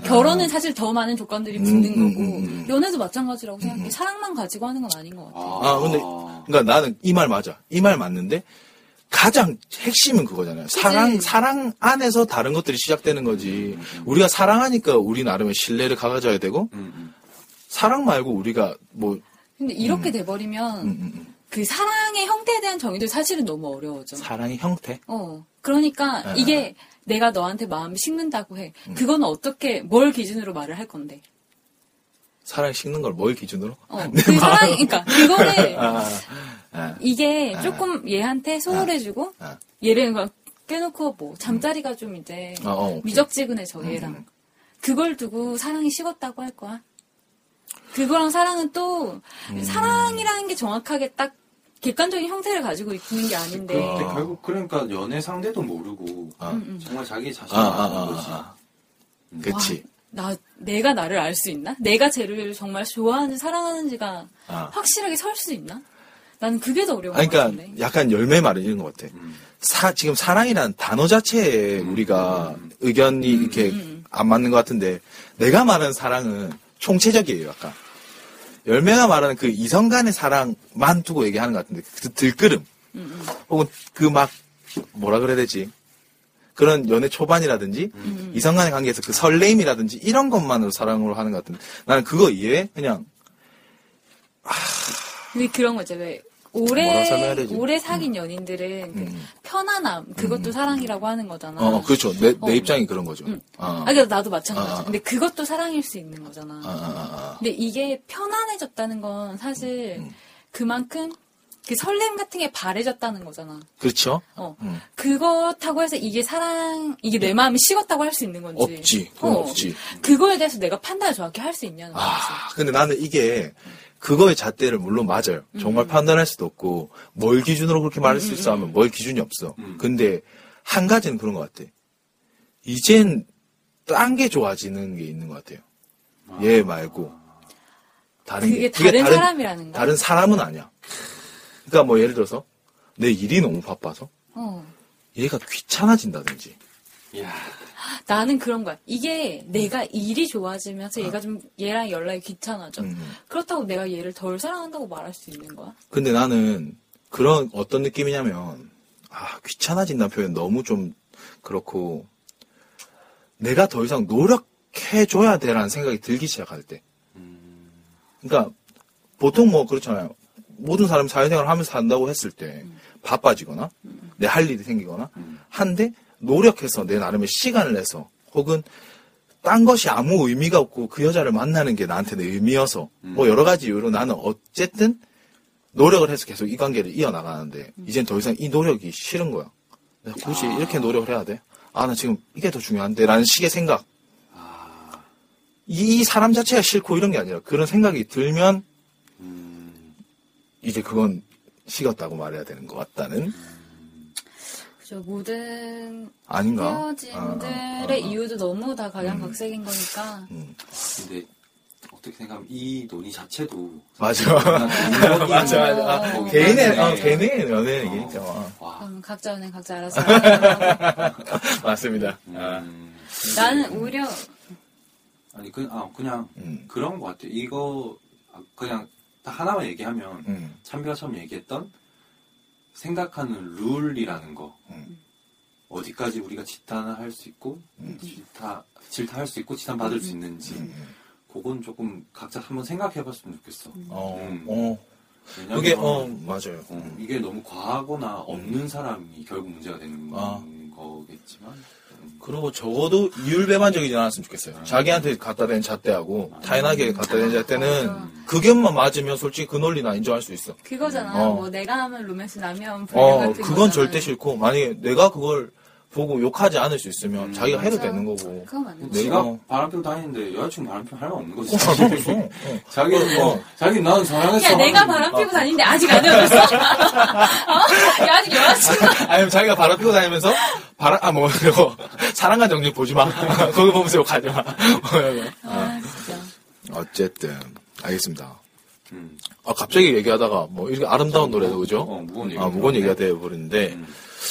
[SPEAKER 5] 결혼은 사실 더 많은 조건들이 붙는
[SPEAKER 3] 음,
[SPEAKER 5] 거고,
[SPEAKER 3] 음, 음, 음.
[SPEAKER 5] 연애도 마찬가지라고 생각해. 사랑만 가지고 하는 건 아닌 것 같아.
[SPEAKER 3] 아, 근데 그러니까 나는 이 말 맞아. 이 말 맞는데 가장 핵심은 그거잖아요. 사랑 사랑 안에서 다른 것들이 시작되는 거지. 우리가 사랑하니까 우리 나름의 신뢰를 가져야 되고 사랑 말고 우리가 뭐
[SPEAKER 5] 근데 이렇게 돼버리면,
[SPEAKER 3] 음,
[SPEAKER 5] 그 사랑의 형태에 대한 정의도 사실은 너무 어려워져.
[SPEAKER 3] 사랑의 형태.
[SPEAKER 5] 어. 그러니까
[SPEAKER 3] 아.
[SPEAKER 5] 이게 내가 너한테 마음이 식는다고 해. 그건 어떻게, 뭘 기준으로 말을 할 건데.
[SPEAKER 3] 사랑 식는 걸 뭘 기준으로?
[SPEAKER 5] 어. 그 사랑, 그러니까 그거를
[SPEAKER 3] [LAUGHS] 아, 아,
[SPEAKER 5] 이게 조금 얘한테 소홀해지고
[SPEAKER 3] 아.
[SPEAKER 5] 얘를 막 깨놓고 뭐 잠자리가 좀 이제
[SPEAKER 3] 아, 어, 오케이.
[SPEAKER 5] 미적지근해져 얘랑
[SPEAKER 3] 음.
[SPEAKER 5] 그걸 두고 사랑이 식었다고 할 거야 그거랑 사랑은 또
[SPEAKER 3] 음.
[SPEAKER 5] 사랑이라는 게 정확하게 딱 객관적인 형태를 가지고 있는 게 아닌데
[SPEAKER 4] 근데 결국 그러니까 연애 상대도 모르고
[SPEAKER 3] 네.
[SPEAKER 4] 음,
[SPEAKER 3] 아.
[SPEAKER 4] 정말 자기
[SPEAKER 3] 아,
[SPEAKER 4] 자신을
[SPEAKER 3] 아,
[SPEAKER 4] 아는 거지.
[SPEAKER 3] 아, 아. 그치.
[SPEAKER 5] 나 내가 나를 알 수 있나 내가 쟤를 정말 좋아하는 사랑하는지가
[SPEAKER 3] 아.
[SPEAKER 5] 확실하게 설 수 있나 나는 그게 더 어려운
[SPEAKER 3] 아,
[SPEAKER 5] 것
[SPEAKER 3] 그러니까
[SPEAKER 5] 같은데
[SPEAKER 3] 약간 열매 말은 이런 것 같아. 사, 지금 사랑이란 단어 자체에 우리가 의견이
[SPEAKER 5] 음.
[SPEAKER 3] 이렇게 안 맞는 것 같은데 내가 말하는 사랑은 총체적이에요, 약간. 열매가 말하는 그 이성 간의 사랑만 두고 얘기하는 것 같은데 그 들끓음 혹은 그 막 뭐라 그래야 되지 그런 연애 초반이라든지
[SPEAKER 5] 음,
[SPEAKER 3] 이성 간의 관계에서 그 설레임이라든지 이런 것만으로 사랑으로 하는 것 같은데 나는 그거 이외에 그냥
[SPEAKER 5] 근데 그런 거죠. 왜
[SPEAKER 3] 뭐라 설명해야
[SPEAKER 5] 오래
[SPEAKER 3] 되지? 음.
[SPEAKER 5] 오래 사귄 연인들은 그 편안함 그것도 사랑이라고 하는 거잖아.
[SPEAKER 3] 어, 그렇죠 내, 내
[SPEAKER 5] 어.
[SPEAKER 3] 입장이 그런 거죠
[SPEAKER 5] 음.
[SPEAKER 3] 어.
[SPEAKER 5] 아, 그래서 나도 마찬가지.
[SPEAKER 3] 아, 아.
[SPEAKER 5] 근데 그것도 사랑일 수 있는 거잖아.
[SPEAKER 3] 아, 아, 아,
[SPEAKER 5] 근데 이게 편안해졌다는 건 사실
[SPEAKER 3] 음,
[SPEAKER 5] 그만큼 그 설렘 같은 게 바래졌다는 거잖아.
[SPEAKER 3] 아. 그렇죠
[SPEAKER 5] 어.
[SPEAKER 3] 음. 예.
[SPEAKER 5] 그것하고 해서 이게 사랑, 이게 내 마음이 식었다고 할 수 있는 건지. 어.
[SPEAKER 3] 없지 그건 없지
[SPEAKER 5] 그거에 대해서 내가 판단을 정확히 할 수 있냐는 거지.
[SPEAKER 3] 아, 근데 나는 이게 그거의 잣대를 물론 맞아요.
[SPEAKER 5] 음.
[SPEAKER 3] 정말 판단할 수도 없고 뭘 기준으로 그렇게 말할 수 있어
[SPEAKER 5] 음.
[SPEAKER 3] 하면 뭘 기준이 없어. 근데 한 가지는 그런 것 같아. 이젠 딴 게 좋아지는 게 있는 것 같아요. 얘 말고 다른 게
[SPEAKER 5] 그게 다른 사람이라는 거야?
[SPEAKER 3] 다른 사람은 아니야. 그러니까 뭐 예를 들어서 내 일이 너무 바빠서
[SPEAKER 5] 어.
[SPEAKER 3] 얘가 귀찮아진다든지.
[SPEAKER 4] 이야.
[SPEAKER 5] 나는 그런 거야. 이게
[SPEAKER 3] 음.
[SPEAKER 5] 내가 일이 좋아지면서 얘가 좀 얘랑 연락이 귀찮아져.
[SPEAKER 3] 어. 음.
[SPEAKER 5] 그렇다고 내가 얘를 덜 사랑한다고 말할 수 있는 거야?
[SPEAKER 3] 근데 나는 그런 어떤 느낌이냐면 아 귀찮아진다는 표현 너무 좀 그렇고 내가 더 이상 노력해줘야 돼라는 생각이 들기 시작할 때 그러니까 보통 뭐 그렇잖아요 모든 사람이 사회생활을 하면서 산다고 했을 때 바빠지거나 내 할 일이 생기거나 한데 노력해서 내 나름의 시간을 내서 혹은 딴 것이 아무 의미가 없고 그 여자를 만나는 게 나한테는 의미여서 뭐 여러 가지 이유로 나는 어쨌든 노력을 해서 계속 이 관계를 이어나가는데
[SPEAKER 4] 음.
[SPEAKER 3] 이젠 더 이상 이 노력이 싫은 거야. 내가 굳이
[SPEAKER 4] 아.
[SPEAKER 3] 이렇게 노력을 해야 돼? 아, 나 지금 이게 더 중요한데? 라는 식의 생각.
[SPEAKER 4] 아.
[SPEAKER 3] 이, 이 사람 자체가 싫고 이런 게 아니라 그런 생각이 들면
[SPEAKER 4] 음.
[SPEAKER 3] 이제 그건 식었다고 말해야 되는 것 같다는
[SPEAKER 5] 그죠. 모든
[SPEAKER 3] 아닌가?
[SPEAKER 5] 헤어짐들의 이유도 너무 다 각양각색인 거니까.
[SPEAKER 4] 근데 어떻게 생각하면 이 논의 자체도
[SPEAKER 3] 맞아. [LAUGHS]
[SPEAKER 4] 맞아
[SPEAKER 3] 맞아, 맞아. 아,
[SPEAKER 5] 어,
[SPEAKER 3] 개인의, 어,
[SPEAKER 4] 맞네.
[SPEAKER 3] 개인의 연애 얘기니까. 어,
[SPEAKER 4] 와.
[SPEAKER 3] [LAUGHS]
[SPEAKER 5] 그럼 각자 연애 각자 알아서. 하고.
[SPEAKER 3] 맞습니다. 아.
[SPEAKER 4] 음,
[SPEAKER 5] 나는 오히려
[SPEAKER 4] 아니 그, 아, 그냥
[SPEAKER 3] 음.
[SPEAKER 4] 그런 것 같아요. 이거 아, 그냥 딱 하나만 얘기하면 참비가 처음 얘기했던 생각하는 룰이라는 거
[SPEAKER 3] 음.
[SPEAKER 4] 어디까지 우리가 지탄을 할 수 있고 질타 질타할 수 있고 지탄 받을 수
[SPEAKER 3] 음.
[SPEAKER 4] 있는지 그건 조금 각자 한번 생각해봤으면 좋겠어.
[SPEAKER 3] 어,
[SPEAKER 4] 음.
[SPEAKER 3] 어.
[SPEAKER 4] 왜냐면
[SPEAKER 3] 그게, 어, 맞아요.
[SPEAKER 4] 어, 이게 너무 과하거나 없는 사람이 결국 문제가 되는
[SPEAKER 3] 아.
[SPEAKER 4] 거겠지만 음.
[SPEAKER 3] 그리고 적어도 이율배반적이지 않았으면 좋겠어요. 자기한테 갖다 댄 잣대하고 타인에게 갖다 댄 잣대는 그견만 맞으면 솔직히 그 논리 나 인정할 수 있어.
[SPEAKER 5] 그거잖아.
[SPEAKER 3] 어.
[SPEAKER 5] 뭐 내가 하면 로맨스 남이 하면 불륜
[SPEAKER 3] 어,
[SPEAKER 5] 같은
[SPEAKER 3] 그건
[SPEAKER 5] 거잖아.
[SPEAKER 3] 절대 싫고 만약에 내가 그걸 보고 욕하지 않을 수 있으면 자기가 해도 되는 거고.
[SPEAKER 5] 그거 맞는 거.
[SPEAKER 3] 내가
[SPEAKER 4] 내가
[SPEAKER 3] 어.
[SPEAKER 4] 바람피고 다니는데 여자친구 바람피고 할말 없는 거지.
[SPEAKER 3] 꼭잘못어
[SPEAKER 4] 자기는 뭐, 자기는 나는 사랑했어.
[SPEAKER 5] 야, 내가 바람 피고 다니는데 아직
[SPEAKER 3] [LAUGHS]
[SPEAKER 5] 안 헤어졌어? 어? 야, 아직 여자친구.
[SPEAKER 3] [LAUGHS] 아니면 자기가 바람 피고 다니면서 바람 아뭐 이거 사랑과 정신 보지 마. [LAUGHS] 거기 보면서 욕하지 마. [LAUGHS] 뭐 이런 거.
[SPEAKER 5] 아, 진짜.
[SPEAKER 3] 어쨌든 알겠습니다.
[SPEAKER 4] 음.
[SPEAKER 3] 아 갑자기 얘기하다가 뭐 이렇게 아름다운 노래도 그죠?
[SPEAKER 4] 어, 무거운 음. 얘기.
[SPEAKER 3] 아, 무거운 얘기가 돼버리는데,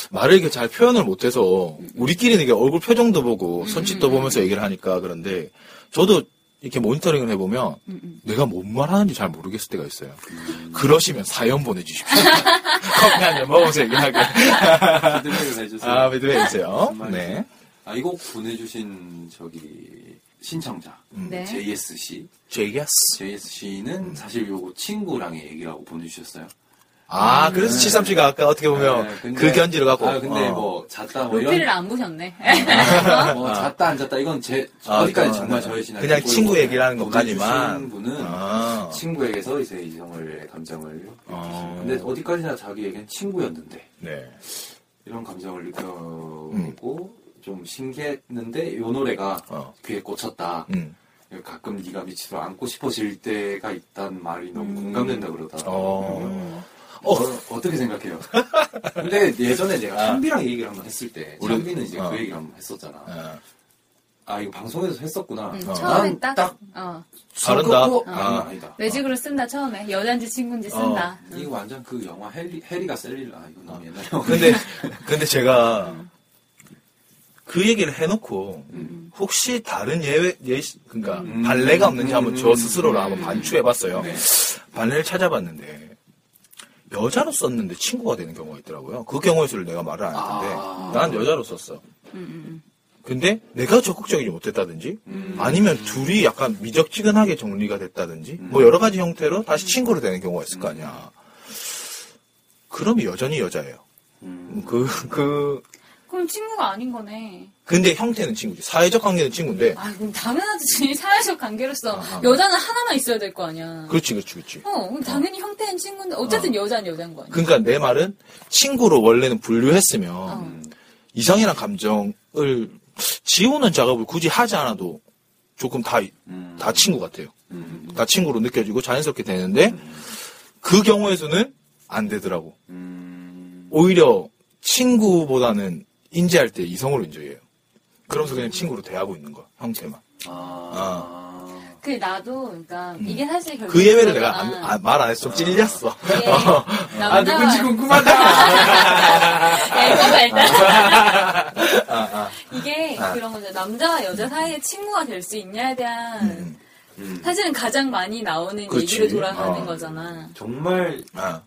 [SPEAKER 3] 말을 이렇게 잘 표현을 못해서, 우리끼리는 이게 얼굴 표정도 보고,
[SPEAKER 4] 음.
[SPEAKER 3] 손짓도 보면서 얘기를 하니까 그런데, 저도 이렇게 모니터링을 해보면, 내가 뭔 말하는지 잘 모르겠을 때가 있어요.
[SPEAKER 4] 음.
[SPEAKER 3] 그러시면 사연 보내주십시오. [LAUGHS] 커피 한잔 먹으면서 얘기하게.
[SPEAKER 4] 피드백을 해주세요.
[SPEAKER 3] 아,
[SPEAKER 4] 아,
[SPEAKER 3] 믿음해 주세요.
[SPEAKER 4] 정말. 아,
[SPEAKER 3] 네.
[SPEAKER 4] 이거 보내주신 저기 신청자
[SPEAKER 5] 네.
[SPEAKER 4] JSC.
[SPEAKER 3] JS.
[SPEAKER 4] JSC는
[SPEAKER 3] 음.
[SPEAKER 4] 사실 요거 친구랑의 얘기라고 보내주셨어요.
[SPEAKER 3] 아, 그래서 73씨가 아까 어떻게 보면,
[SPEAKER 4] 네, 근데-
[SPEAKER 3] 그 견지를 갖고.
[SPEAKER 4] 아, 근데
[SPEAKER 3] 어.
[SPEAKER 4] 뭐 잤다 뭐 이런.
[SPEAKER 5] 로피를 안 보셨네.
[SPEAKER 4] [LAUGHS] 뭐 잤다 안 잤다 이건 제
[SPEAKER 3] 아,
[SPEAKER 4] 어디까지
[SPEAKER 3] 어,
[SPEAKER 4] 정말
[SPEAKER 3] 네.
[SPEAKER 4] 저의 신앙.
[SPEAKER 3] 그냥 친구 얘기를 하는 것까지만.
[SPEAKER 4] 분은
[SPEAKER 3] 아.
[SPEAKER 4] 친구에게서 이제 이성을 감정을.
[SPEAKER 3] 어.
[SPEAKER 4] 근데 어디까지나 자기에겐 친구였는데.
[SPEAKER 3] 네.
[SPEAKER 4] 이런 감정을
[SPEAKER 3] 음.
[SPEAKER 4] 느껴고 좀 신기했는데 이 노래가
[SPEAKER 3] 어.
[SPEAKER 4] 귀에 꽂혔다.
[SPEAKER 3] 음.
[SPEAKER 4] 가끔 네가 미치도록 안고 싶어질 때가 있단 말이 너무
[SPEAKER 5] 음.
[SPEAKER 4] 공감된다 그러다.
[SPEAKER 3] 어. 아.
[SPEAKER 4] 어. 어떻게 생각해요? 근데 예전에 내가 찬비랑 얘기를 한번 했을 때
[SPEAKER 3] 우리-
[SPEAKER 4] 찬비는 이제
[SPEAKER 3] 어.
[SPEAKER 4] 그 얘기를 한번 했었잖아.
[SPEAKER 3] 아,
[SPEAKER 4] 아 이거 방송에서 했었구나.
[SPEAKER 5] 음,
[SPEAKER 4] 난
[SPEAKER 5] [LAUGHS] 처음엔 딱, 어.
[SPEAKER 3] 바른다.
[SPEAKER 4] 어.
[SPEAKER 3] 아.
[SPEAKER 4] 아니, 다
[SPEAKER 5] 매직으로 쓴다, 처음에. 여잔지
[SPEAKER 3] 어.
[SPEAKER 5] 친구인지 쓴다.
[SPEAKER 4] 이거 완전 그 영화 해리, 해리가 셀릴 아 이거 너무 옛날 영화.
[SPEAKER 3] 근데 근데 제가 그 얘기를 해놓고 혹시 다른 예외 예 그러니까
[SPEAKER 4] 음.
[SPEAKER 3] 발레가 없는지 한번 저 스스로를
[SPEAKER 4] 음.
[SPEAKER 3] 한번 반추해봤어요.
[SPEAKER 4] 네.
[SPEAKER 3] 발레를 찾아봤는데 여자로 썼는데 친구가 되는 경우가 있더라고요. 그 경우의 수를 내가 말을 안 했는데
[SPEAKER 4] 아.
[SPEAKER 3] 난 여자로 썼어.
[SPEAKER 5] 음,
[SPEAKER 3] 근데 내가 적극적이지 못했다든지
[SPEAKER 4] 음.
[SPEAKER 3] 아니면 둘이 약간 미적지근하게 정리가 됐다든지 뭐 여러 가지 형태로 다시 친구로 되는 경우가 있을 거 아니야. 그럼 여전히 여자예요.
[SPEAKER 4] 음.
[SPEAKER 3] 그, 그,
[SPEAKER 5] 그럼 친구가 아닌 거네.
[SPEAKER 3] 근데 형태는 친구지. 사회적 관계는 친구인데.
[SPEAKER 5] 아, 그럼 당연하지. [LAUGHS] 사회적 관계로서.
[SPEAKER 3] 아, 아.
[SPEAKER 5] 여자는 하나만 있어야 될 거 아니야.
[SPEAKER 3] 그렇지, 그렇지, 그렇지.
[SPEAKER 5] 어, 그럼 당연히 형태는 친구인데, 어쨌든 여자는 여자인 거 아니야.
[SPEAKER 3] 그러니까 내 말은 친구로 원래는 분류했으면
[SPEAKER 5] 어.
[SPEAKER 3] 이성이란 감정을 지우는 작업을 굳이 하지 않아도 조금 다,
[SPEAKER 4] 음.
[SPEAKER 3] 다 친구 같아요.
[SPEAKER 4] 음.
[SPEAKER 3] 다 친구로 느껴지고 자연스럽게 되는데 그 경우에서는 안 되더라고.
[SPEAKER 4] 음.
[SPEAKER 3] 오히려 친구보다는 인지할 때 이성으로 인지해요. 그러면서 그냥 친구로 대하고 있는 거야, 형태만.
[SPEAKER 4] 아.
[SPEAKER 5] 그 나도, 그러니까, 이게 사실 결국. 아, 예.
[SPEAKER 3] 그 예외를 내가 말 안 했어. 찔렸어.
[SPEAKER 4] 아.
[SPEAKER 3] 아,
[SPEAKER 5] 남자와,
[SPEAKER 3] 궁금하다.
[SPEAKER 5] [LAUGHS] 야, 이거 말다.
[SPEAKER 3] 아,
[SPEAKER 5] 이게 그런 거죠. 남자와 여자 사이에 친구가 될 수 있냐에 대한, 사실은 가장 많이 나오는
[SPEAKER 3] 음, 그치.
[SPEAKER 5] 얘기로 돌아가는
[SPEAKER 3] 어.
[SPEAKER 5] 거잖아.
[SPEAKER 4] 정말
[SPEAKER 3] 아,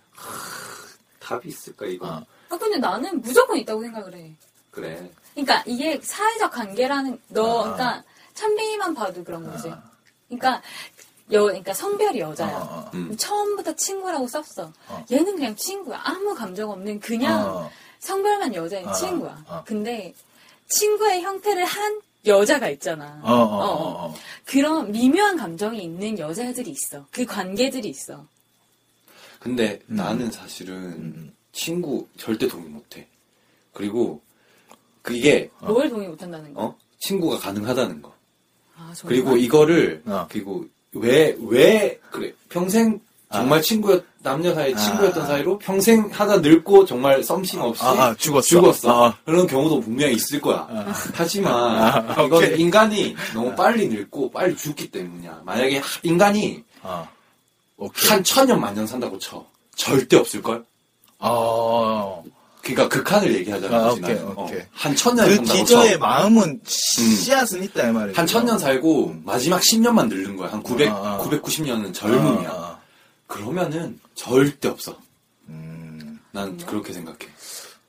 [SPEAKER 4] 답이 있을까 이거
[SPEAKER 3] 아.
[SPEAKER 5] 아, 근데 나는 무조건 있다고 생각을 해.
[SPEAKER 4] 그래
[SPEAKER 5] 그러니까 이게 사회적 관계라는 너
[SPEAKER 3] 아.
[SPEAKER 5] 그러니까 찬비만 봐도 그런 거지. 그러니까 여 그러니까 성별이 여자야.
[SPEAKER 3] 아,
[SPEAKER 4] 음.
[SPEAKER 5] 처음부터 친구라고 썼어. 얘는 그냥 친구야. 아무 감정 없는 그냥
[SPEAKER 3] 어.
[SPEAKER 5] 성별만 여자인
[SPEAKER 3] 아,
[SPEAKER 5] 친구야.
[SPEAKER 3] 아.
[SPEAKER 5] 근데 친구의 형태를 한 여자가 있잖아.
[SPEAKER 3] 어, 어, 어,
[SPEAKER 5] 어,
[SPEAKER 3] 어,
[SPEAKER 5] 어. 그런 미묘한 감정이 있는 여자들이 있어. 그 관계들이 있어.
[SPEAKER 4] 근데
[SPEAKER 3] 음,
[SPEAKER 4] 나는 사실은 친구 절대 동의 못해 그리고 그게
[SPEAKER 3] 어.
[SPEAKER 5] 뭘 동의 못한다는 거.
[SPEAKER 4] 어 친구가 가능하다는 거
[SPEAKER 5] 아, 정말?
[SPEAKER 4] 그리고 이거를
[SPEAKER 3] 음. 어.
[SPEAKER 4] 그리고 왜 왜 그래 평생 정말
[SPEAKER 3] 아.
[SPEAKER 4] 친구였 남녀 사이 친구였던 사이로 평생 하다 늙고 정말 썸씽 없이
[SPEAKER 3] 아, 아, 죽었어.
[SPEAKER 4] 죽었어
[SPEAKER 3] 아.
[SPEAKER 4] 그런 경우도 분명히 있을 거야 하지만
[SPEAKER 3] 아,
[SPEAKER 4] 이건
[SPEAKER 3] 오케이.
[SPEAKER 4] 인간이 너무 빨리 늙고 빨리 죽기 때문이야 만약에 하- 인간이
[SPEAKER 3] 아. 오케이.
[SPEAKER 4] 한 천년 만년 산다고 쳐 절대 없을걸
[SPEAKER 3] 아,
[SPEAKER 4] 그러니까 극한을 얘기하자는
[SPEAKER 3] 아,
[SPEAKER 4] 거지
[SPEAKER 3] 오케이,
[SPEAKER 4] 나는. 어,
[SPEAKER 3] 오케이.
[SPEAKER 4] 한 천년
[SPEAKER 3] 그
[SPEAKER 4] 산다고
[SPEAKER 3] 기저의
[SPEAKER 4] 쳐.
[SPEAKER 3] 마음은 씨앗은 있다 이 말이에요.
[SPEAKER 4] 한 천년 살고 마지막 10년만 늙은 거야. 한 900,
[SPEAKER 3] 아, 아.
[SPEAKER 4] 990년은 젊음이야.
[SPEAKER 3] 아.
[SPEAKER 4] 그러면은 절대 없어.
[SPEAKER 3] 음.
[SPEAKER 4] 난 그렇게 생각해.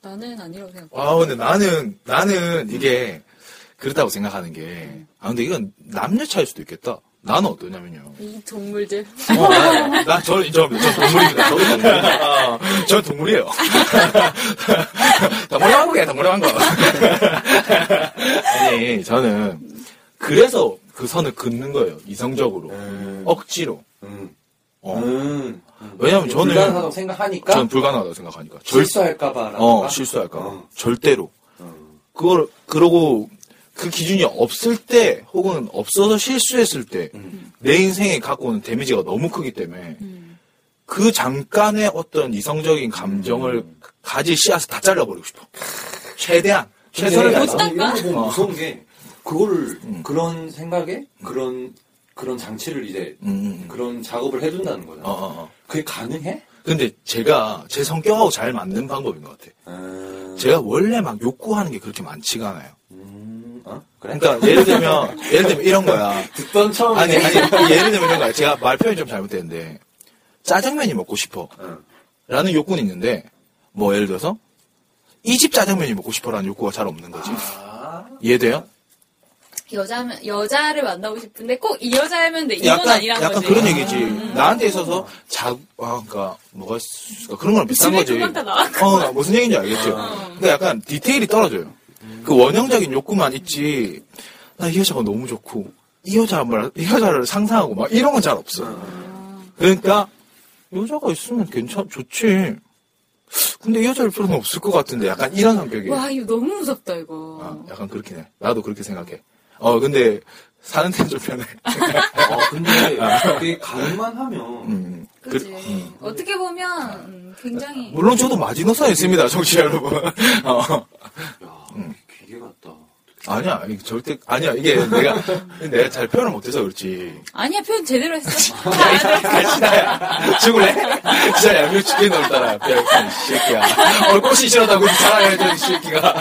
[SPEAKER 5] 나는 아니라고 생각해.
[SPEAKER 3] 아 근데 나는 나는
[SPEAKER 4] 음.
[SPEAKER 3] 이게 그렇다고 생각하는 게. 아 근데 이건 남녀 차일 수도 있겠다. 나는 어떠냐면요.
[SPEAKER 5] 이 동물들.
[SPEAKER 3] 어, 나, 나, 저, 저, 저 동물입니다. 저 동물입니다. 어, 저 동물이에요. [LAUGHS] 동물한 거야, 동물한 거. [LAUGHS] 아니, 저는, 그래서 그 선을 긋는 거예요, 이성적으로. 억지로.
[SPEAKER 4] 음.
[SPEAKER 3] 어.
[SPEAKER 4] 음.
[SPEAKER 3] 왜냐면 저는,
[SPEAKER 4] 불가능하다고 생각하니까
[SPEAKER 3] 저는 불가능하다고 생각하니까. 절,
[SPEAKER 4] 실수할까봐.
[SPEAKER 3] 어, 실수할까. 봐.
[SPEAKER 4] 어.
[SPEAKER 3] 절대로. 그걸, 그러고, 그 기준이 없을 때, 혹은 없어서 실수했을 때, 내 인생에 갖고 오는 데미지가 너무 크기 때문에, 그 잠깐의 어떤 이성적인 감정을 가질 씨앗을 다 잘라버리고 싶어. 최대한. 최선을
[SPEAKER 4] 근데
[SPEAKER 3] 다해서. 아. 음.
[SPEAKER 4] 나는 이런 거 보면 무서운 게 그거를 그런 생각에 그런 그런 장치를 이제
[SPEAKER 3] 음, 음, 음.
[SPEAKER 4] 그런 작업을 해둔다는 거잖아.
[SPEAKER 3] 어, 어, 어.
[SPEAKER 4] 그게 가능해?
[SPEAKER 3] 근데 제가 제 성격하고 잘 맞는 방법인 것 같아. 제가 원래 막 욕구하는 게 그렇게 많지가 않아요.
[SPEAKER 4] 음, 어? 그래?
[SPEAKER 3] 그러니까 예를 들면, 예를 들면 이런 거야.
[SPEAKER 4] 듣던 처음에
[SPEAKER 3] 아니, 아니, 예를 들면 이런 거야. 제가 말 표현이 좀 잘못됐는데, 짜장면이 먹고 싶어.
[SPEAKER 4] 응.
[SPEAKER 3] 라는 욕구는 있는데, 뭐 예를 들어서, 이 집 짜장면이 먹고 싶어 라는 욕구가 잘 없는 거지. 이해돼요?
[SPEAKER 5] 여자 여자를 만나고 싶은데 꼭 이 여자면 내 이건
[SPEAKER 3] 약간,
[SPEAKER 5] 아니라는
[SPEAKER 3] 약간
[SPEAKER 5] 거지. 음,
[SPEAKER 3] 그런 얘기지. 나한테 있어서 자, 아, 그니까, 뭐가 있을까. 그러니까 그런 거랑 비슷한
[SPEAKER 5] 집에
[SPEAKER 3] 거지.
[SPEAKER 5] 그만 다 어. 나와.
[SPEAKER 3] 어, 나 무슨 얘기인지 알겠죠. 그러니까 약간 디테일이 떨어져요. 그 원형적인 욕구만 있지. 나 이 여자가 너무 좋고 이 여자 말, 이 여자를 상상하고 막 이런 건 잘 없어. 그러니까 여자가 있으면 괜찮 좋지. 근데 이 여자일 필요는 없을 것 같은데 약간 이런 성격이에요.
[SPEAKER 5] 와 이거 너무 무섭다 이거.
[SPEAKER 3] 아, 약간 그렇긴 해. 나도 그렇게 생각해. 어 근데 사는 데는 좀 편해.
[SPEAKER 4] 어, 근데 그게 가능만 하면
[SPEAKER 3] 음. 아, 그-
[SPEAKER 5] 그치. 어떻게 보면 음, 굉장히
[SPEAKER 3] 물론 저도 마지노선 있습니다, 정치 여러분. 어.
[SPEAKER 4] 야, 기계 같다.
[SPEAKER 3] 아니야, 이게 절대 아니야. 이게 내가 내가 잘 표현을 못해서 그렇지.
[SPEAKER 5] 아니야 표현 제대로
[SPEAKER 3] [LAUGHS]
[SPEAKER 5] 했어. 아,
[SPEAKER 3] 갈치다야. [LAUGHS] 죽을래? 진짜 얄미워 죽겠네, 오늘따라. 야, 이 새끼야. 얼굴이 싫어다고 자랑해줘, 이 새끼가.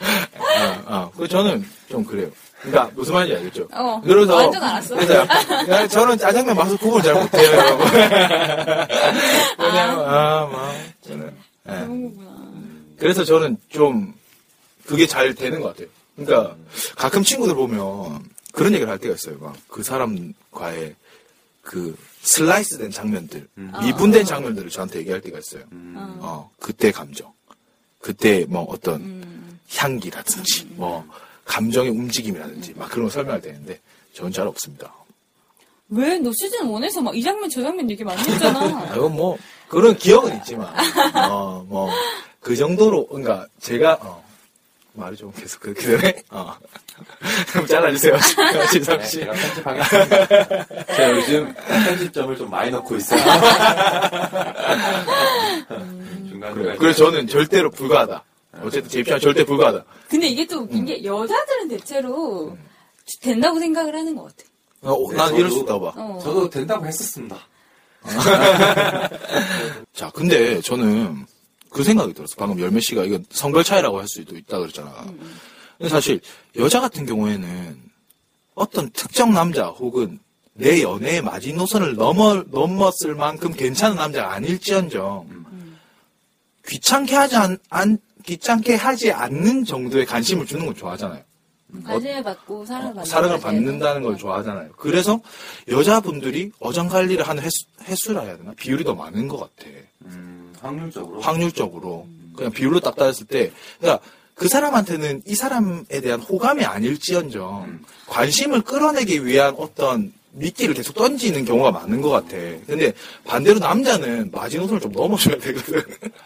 [SPEAKER 3] 아, 아. 그 저는 좀 그래요. 그러니까 무슨 말인지 알겠죠?
[SPEAKER 5] 어,
[SPEAKER 3] 그래서
[SPEAKER 5] 완전 알았어.
[SPEAKER 3] 그래서 약간- 야, 저는 짜장면 맛을 구분을 잘 못해요,
[SPEAKER 5] [LAUGHS]
[SPEAKER 3] 여러분.
[SPEAKER 5] 아.
[SPEAKER 3] 왜냐면 아, 막 저는 예.
[SPEAKER 5] 그런 거구나.
[SPEAKER 3] 그래서 저는 좀 그게 잘 되는 것 같아요. 그러니까 가끔 친구들 보면 그런 얘기를 할 때가 있어요. 막 그 사람과의 그 슬라이스된 장면들, 미분된 장면들을 저한테 얘기할 때가 있어요.
[SPEAKER 5] 음.
[SPEAKER 3] 어, 그때 감정, 그때 뭐 어떤 향기라든지 뭐 감정의 움직임이라든지 막 그런 걸 설명할 때 있는데 저는 잘 없습니다.
[SPEAKER 5] 왜 너 시즌 1에서 막 이 장면 저 장면 얘기 많이 했잖아.
[SPEAKER 3] [LAUGHS] 아, 이건 뭐 그런 기억은 있지만 어, 뭐 그 정도로 그러니까 제가 어, 말이 좀 계속 그렇게 되네. 어. 그럼 [LAUGHS] 잘라주세요, 진성 씨.
[SPEAKER 4] 제가 편집하겠습니다. 제가 요즘 편집점을 좀 많이 넣고 있어요. 중간에
[SPEAKER 3] 그래, 그래서 저는 절대로 불가하다. 어쨌든 제 입장은 절대 불가하다.
[SPEAKER 5] 근데 이게 또
[SPEAKER 3] 음.
[SPEAKER 5] 웃긴 게 여자들은 대체로 된다고 생각을 하는 것 같아.
[SPEAKER 3] 어, 난
[SPEAKER 4] 네,
[SPEAKER 3] 이럴
[SPEAKER 4] 저도-
[SPEAKER 3] 수 있다고 봐.
[SPEAKER 5] 어.
[SPEAKER 4] 저도 된다고 했었습니다.
[SPEAKER 3] 자, 근데 저는 그 생각이 들었어. 방금 열매 씨가 이건 성별 차이라고 할 수도 있다 그랬잖아. 근데 사실 여자 같은 경우에는 어떤 특정 남자 혹은 내 연애의 마지노선을 넘어, 넘었을 만큼 괜찮은 남자가 아닐지언정 귀찮게 하지 않, 안- 귀찮게 하지 않는 정도의 관심을 주는 걸 좋아하잖아요.
[SPEAKER 5] 관심을 받고 사랑을 받는
[SPEAKER 3] 뭐 어, 사랑을
[SPEAKER 5] 거지.
[SPEAKER 3] 받는다는 걸 좋아하잖아요. 그래서 여자분들이 어장관리를 하는 횟수, 횟수라 해야 되나? 비율이 더 많은 것 같아.
[SPEAKER 4] 음, 확률적으로.
[SPEAKER 3] 확률적으로 그냥 비율로 딱 따졌을 때 그러니까 그 사람한테는 이 사람에 대한 호감이 아닐지언정 관심을 끌어내기 위한 어떤 미끼를 계속 던지는 경우가 많은 것 같아. 근데 반대로 남자는 마지노선을 좀 넘어줘야 되거든.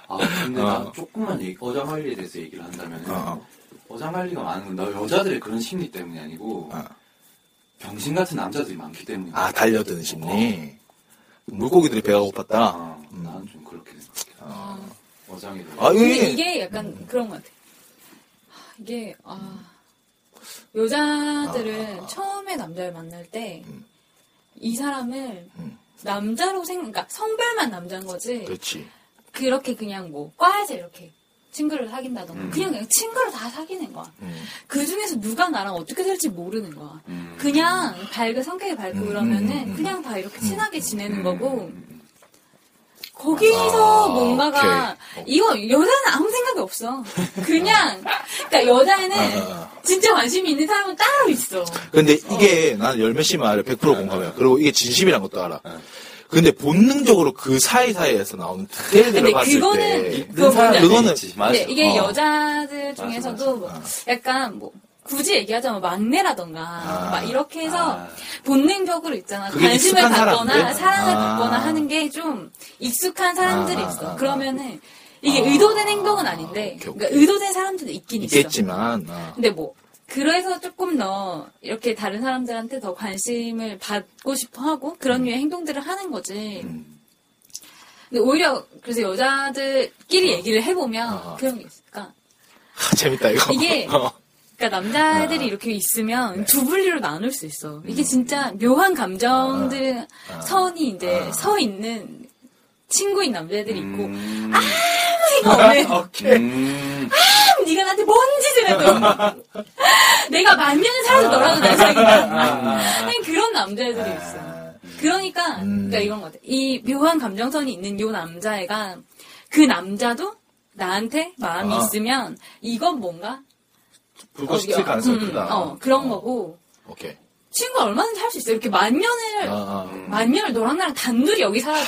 [SPEAKER 4] 아, 근데
[SPEAKER 3] 어.
[SPEAKER 4] 나 조금만 얘기- 어장관리에 대해서 얘기를 한다면
[SPEAKER 3] 어.
[SPEAKER 4] 어장관리가 많은 건 너- 여자들의 그런 심리 때문이 아니고
[SPEAKER 3] 어.
[SPEAKER 4] 병신 같은 남자들이 많기 때문에
[SPEAKER 3] 아 달려드는 심리. 어. 물고기들이 배가 고팠다.
[SPEAKER 4] 아, 나는 좀 그렇게 생각해. 어장이
[SPEAKER 3] 아
[SPEAKER 5] 근데
[SPEAKER 3] 이게
[SPEAKER 5] 이게 약간 그런 것 같아. 하, 이게 아 여자들은 처음에 남자를 만날 때 이 사람을
[SPEAKER 3] 음.
[SPEAKER 5] 남자로 생각, 그러니까 성별만 남자인 거지.
[SPEAKER 3] 그렇지.
[SPEAKER 5] 그렇게 그냥 뭐 과제 이렇게 친구를 사귄다던가 그냥 그냥 친구를 다 사귀는 거야.
[SPEAKER 3] 음.
[SPEAKER 5] 그 중에서 누가 나랑 어떻게 될지 모르는 거야. 그냥 밝은 성격이 밝고 그러면은 그냥 다 이렇게 친하게 지내는 거고 거기서
[SPEAKER 3] 아,
[SPEAKER 5] 뭔가가 이거 여자는 아무 생각이 없어. 그냥 그러니까 여자는 진짜 관심이 있는 사람은 따로 있어.
[SPEAKER 3] 근데 이게 난 열몇시 말에 100% 공감해요. 그리고 이게 진심이란 것도 알아. 근데 본능적으로 그 사이사이에서 나오는 예를 들어
[SPEAKER 5] 근데
[SPEAKER 3] 봤을
[SPEAKER 5] 그거는
[SPEAKER 3] 때
[SPEAKER 5] 그거 뭔지 알지?
[SPEAKER 3] 그거는
[SPEAKER 5] 근데 네, 이게
[SPEAKER 3] 어.
[SPEAKER 5] 여자들 중에서도 뭐 약간 뭐 굳이 얘기하자면 막내라던가 막 이렇게 해서 본능적으로 있잖아
[SPEAKER 3] 아. 그게
[SPEAKER 5] 관심을
[SPEAKER 3] 익숙한
[SPEAKER 5] 갖거나
[SPEAKER 3] 사람들?
[SPEAKER 5] 사랑을
[SPEAKER 3] 아.
[SPEAKER 5] 받거나 하는 게 좀 익숙한 사람들이
[SPEAKER 3] 아,
[SPEAKER 5] 있어
[SPEAKER 3] 아, 아.
[SPEAKER 5] 그러면은 이게 의도된 행동은 아닌데
[SPEAKER 3] 오케이, 오케이.
[SPEAKER 5] 그러니까 의도된 사람들도 있긴 있어
[SPEAKER 3] 있겠지만 어.
[SPEAKER 5] 근데 뭐 그래서 조금 더 이렇게 다른 사람들한테 더 관심을 받고 싶어 하고 그런
[SPEAKER 3] 음.
[SPEAKER 5] 류의 행동들을 하는 거지. 근데 오히려 그래서 여자들끼리 얘기를 해보면
[SPEAKER 3] 어.
[SPEAKER 5] 그런 게 있을까?
[SPEAKER 3] [LAUGHS] 재밌다 이거.
[SPEAKER 5] 이게
[SPEAKER 3] [LAUGHS] 어. 아. 네.
[SPEAKER 5] 그러니까 남자들이 이렇게 있으면 두 분류로 나눌 수 있어.
[SPEAKER 3] 음.
[SPEAKER 5] 이게 진짜 묘한 감정들
[SPEAKER 3] 아.
[SPEAKER 5] 선이 이제 서 있는 친구인 남자들이 있고
[SPEAKER 3] 음.
[SPEAKER 5] 아무 생각 없는
[SPEAKER 4] 음,
[SPEAKER 5] 참 네가 나한테 뭔 짓을 해도 [LAUGHS] 내가 만년을 살아도 너랑은 안
[SPEAKER 3] 아.
[SPEAKER 5] 사귄다. 그냥 그런 남자애들이 있어. 그러니까
[SPEAKER 3] 음.
[SPEAKER 5] 그러니까 이런 것 같아. 이 묘한 감정선이 있는 요 남자애가 그 남자도 나한테 마음이
[SPEAKER 3] 아.
[SPEAKER 5] 있으면 이건 뭔가
[SPEAKER 3] 불꽃 시킬
[SPEAKER 5] 어,
[SPEAKER 3] 가능성이
[SPEAKER 5] 음,
[SPEAKER 3] 크다.
[SPEAKER 5] 어, 음. 그런 거고
[SPEAKER 3] 오케이.
[SPEAKER 5] 친구 얼마든지 할 수 있어. 이렇게 만년을
[SPEAKER 3] 아, 아.
[SPEAKER 5] 만년을 너랑 나랑 단둘이 여기 살아도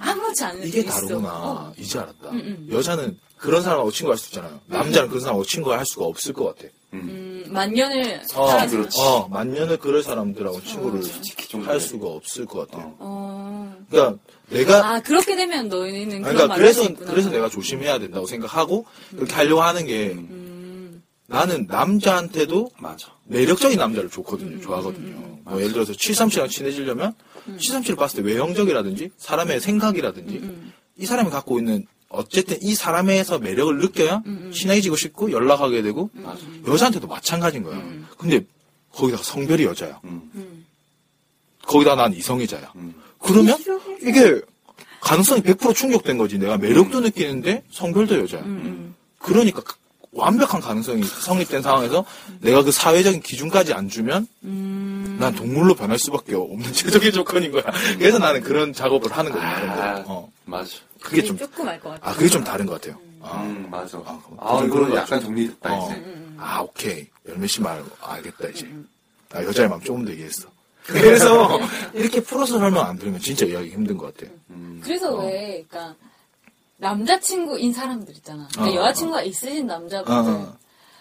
[SPEAKER 5] 아무렇지 않은
[SPEAKER 3] 음. 이게
[SPEAKER 5] 애들이 있어.
[SPEAKER 3] 다르구나.
[SPEAKER 5] 어.
[SPEAKER 3] 이제 알았다.
[SPEAKER 5] 음, 음.
[SPEAKER 3] 여자는 그런 사람하고 친구할 수 있잖아요. 남자는 그런 사람하고 친구할 수가 없을 것 같아.
[SPEAKER 5] 음, 만년을
[SPEAKER 3] 어,
[SPEAKER 5] 살아서.
[SPEAKER 3] 어, 만년을 그럴
[SPEAKER 5] 아,
[SPEAKER 3] 사람들하고 친구를
[SPEAKER 4] 좀
[SPEAKER 3] 할 수가 없을 것 같아. 요
[SPEAKER 5] 어.
[SPEAKER 3] 그러니까 내가
[SPEAKER 5] 아 그렇게 되면 너희는
[SPEAKER 3] 아니, 그러니까
[SPEAKER 5] 그런 말을 할
[SPEAKER 3] 그래서
[SPEAKER 5] 수 있구나.
[SPEAKER 3] 그래서 내가 조심해야 된다고 생각하고 그렇게 하려고 하는 게
[SPEAKER 5] 음.
[SPEAKER 3] 나는 남자한테도
[SPEAKER 4] 맞아.
[SPEAKER 3] 매력적인 음, 남자를 좋거든요. 좋아하거든요. 음, 뭐 예를 들어서 737이랑 친해지려면 737을 봤을 때 외형적이라든지 사람의 생각이라든지 이 사람이 갖고 있는 어쨌든 이 사람에서 매력을 느껴야 친해지고 싶고 연락하게 되고 여자한테도 마찬가지인 거야. 근데 거기다가 성별이 여자야. 음. 거기다 난 이성애자야. 그러면 이게 가능성이 100% 충족된 거지. 내가 매력도 느끼는데 성별도 여자야. 그러니까 그 완벽한 가능성이 성립된 상황에서 내가 그 사회적인 기준까지 안 주면 난 동물로 변할 수밖에 없는 [LAUGHS] 최적의 조건인 거야. 그래서 나는 그런 작업을 하는 거야.
[SPEAKER 4] 아.
[SPEAKER 3] 어.
[SPEAKER 4] 맞아.
[SPEAKER 3] 그게 좀,
[SPEAKER 5] 조금 알 것 같아.
[SPEAKER 3] 아, 그게 좀 다른 것 같아요. 아,
[SPEAKER 4] 음, 맞아. 아,
[SPEAKER 3] 좀 그런
[SPEAKER 4] 이거는
[SPEAKER 3] 거
[SPEAKER 4] 약간 정리됐다,
[SPEAKER 3] 어.
[SPEAKER 4] 이제.
[SPEAKER 3] 아, 오케이. 열매씨 말 알겠다, 이제. 아, 여자의 마음 조금 더 이해했어. [LAUGHS] 그래서 이렇게 풀어서 설명 안 들으면 진짜 이해하기 힘든 것 같아.
[SPEAKER 5] 그래서 왜 그러니까 남자친구인 사람들 있잖아. 그러니까
[SPEAKER 3] 어,
[SPEAKER 5] 여자친구가 있으신 남자분들.
[SPEAKER 3] 어.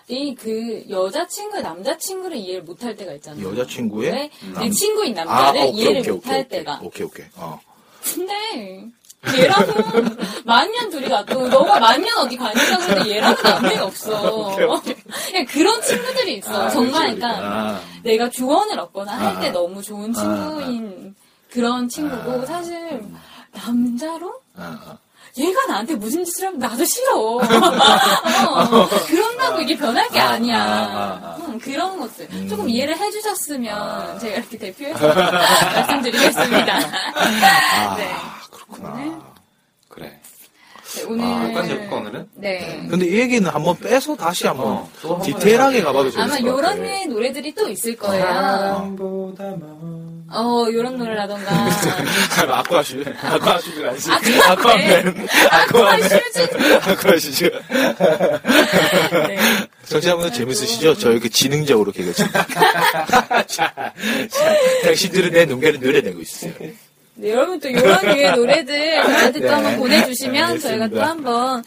[SPEAKER 5] 이 그 여자친구의 남자친구를 이해를 못할 때가 있잖아.
[SPEAKER 3] 여자친구의
[SPEAKER 5] 내
[SPEAKER 3] 남-
[SPEAKER 5] 친구인
[SPEAKER 3] 아,
[SPEAKER 5] 남자를
[SPEAKER 3] 오케이, 오케이,
[SPEAKER 5] 이해를
[SPEAKER 3] 오케이,
[SPEAKER 5] 못할
[SPEAKER 3] 오케이.
[SPEAKER 5] 때가.
[SPEAKER 3] 오케이, 오케이. 어.
[SPEAKER 5] 근데 얘랑은 만년 둘이 갔고 너가 만년 어디 가냐고 근데 얘랑은
[SPEAKER 3] [LAUGHS]
[SPEAKER 5] 관계가 없어. 그냥 그런 친구들이 있어.
[SPEAKER 3] 아,
[SPEAKER 5] 정말 그러니까 내가 조언을 얻거나 할 때 너무 좋은 친구인 그런 친구고 사실 남자로 얘가 나한테 무슨 짓을 하면 나도 싫어. 어, 그런다고 이게 변할 게 아, 니야 음, 그런 것들. 조금 이해를 해주셨으면 제가 이렇게 대표해서 [LAUGHS] 말씀드리겠습니다. 네.
[SPEAKER 3] 그렇구나.
[SPEAKER 4] 그래.
[SPEAKER 5] 네, 오늘.
[SPEAKER 4] 아, 여기까지 해볼까, 오늘은?
[SPEAKER 5] 네.
[SPEAKER 3] 근데 이 얘기는 한번 빼서 다시 한번
[SPEAKER 4] 어, 또한
[SPEAKER 3] 디테일하게 가봐도 좋을
[SPEAKER 5] 아마
[SPEAKER 3] 것 같아요.
[SPEAKER 5] 요런 류의 노래들이 또 있을 거예요.
[SPEAKER 4] 사랑보다 먼.
[SPEAKER 5] 어, 요런 노래라던가.
[SPEAKER 3] 아쿠아슈, 아쿠아슈가 아니지.
[SPEAKER 5] 아쿠아맨. 아쿠아맨 슈즈.
[SPEAKER 3] 아쿠아슈.
[SPEAKER 5] 네.
[SPEAKER 3] 청취자분들 재밌으시죠? 저 이렇게 지능적으로 [LAUGHS] 개그칩니다. 당신들은 내 눈가를 노려내고 있어요.
[SPEAKER 5] 네, 여러분 또 요런
[SPEAKER 3] [LAUGHS]
[SPEAKER 5] 류의 노래들 저한테
[SPEAKER 3] 네.
[SPEAKER 5] 또 한번 보내주시면 저희가 또
[SPEAKER 3] 알겠습니다.
[SPEAKER 5] 한번.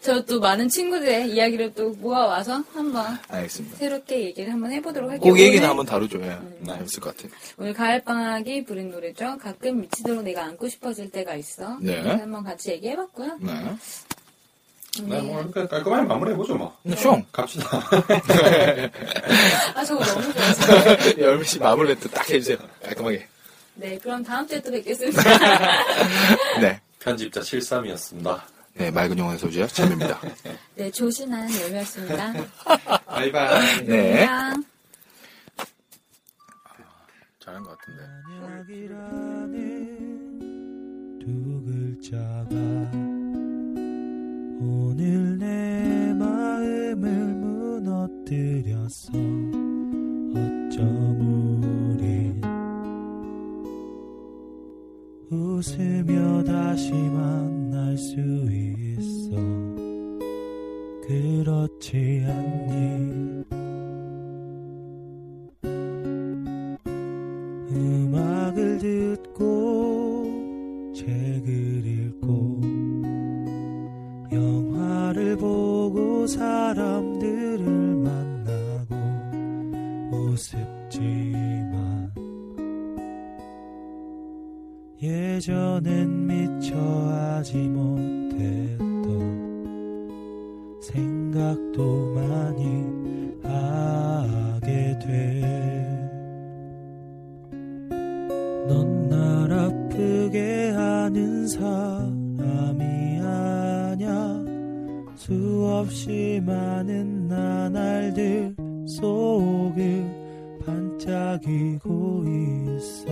[SPEAKER 5] 저 또 많은 친구들의 이야기를 또 모아와서 한번
[SPEAKER 3] 알겠습니다.
[SPEAKER 5] 새롭게 얘기를 한번 해보도록 할게요.
[SPEAKER 3] 꼭 얘기는
[SPEAKER 5] 오늘-
[SPEAKER 3] 한번 다루죠. 예.
[SPEAKER 5] 음.
[SPEAKER 3] 재밌을 것 같아요.
[SPEAKER 5] 오늘 가을방학이 부른 노래죠. 가끔 미치도록 내가 안고 싶어질 때가 있어.
[SPEAKER 3] 네.
[SPEAKER 5] 그래서 한번 같이 얘기해봤고요.
[SPEAKER 3] 네.
[SPEAKER 5] 음.
[SPEAKER 4] 네, 뭐, 그러니까 깔끔하게 마무리해보죠, 뭐.
[SPEAKER 3] 근데 숑!
[SPEAKER 4] 갑시다.
[SPEAKER 5] 아, 저거
[SPEAKER 3] [LAUGHS]
[SPEAKER 5] 너무 좋았어요.
[SPEAKER 3] [LAUGHS] 열미씨 마블레트 딱 해주세요. 깔끔하게.
[SPEAKER 5] 네, 그럼 다음 주에 또
[SPEAKER 3] [LAUGHS]
[SPEAKER 5] 뵙겠습니다.
[SPEAKER 3] 네.
[SPEAKER 4] [LAUGHS] 편집자 73이었습니다.
[SPEAKER 3] 네, 맑은 영혼의 소재요. 참입니다.
[SPEAKER 5] 네, 조신한 열매였습니다.
[SPEAKER 4] [LAUGHS] 바이바이.
[SPEAKER 3] 네.
[SPEAKER 5] 안녕.
[SPEAKER 3] 잘한 것 같은데.
[SPEAKER 15] 만약이라는 두 글자가 오늘 빠뜨렸어 어쩜 우린 웃으며 다시 만날 수 있어 그렇지 않니 음악을 듣고 책을 읽고 영화를 보고 사람들을 만나고 우습지만 예전엔 미처 하지 못했던 생각도 많이 하게 돼. 넌 날 아프게 하는 사람이 아냐 수없이 많은 나날들 속을 반짝이고 있어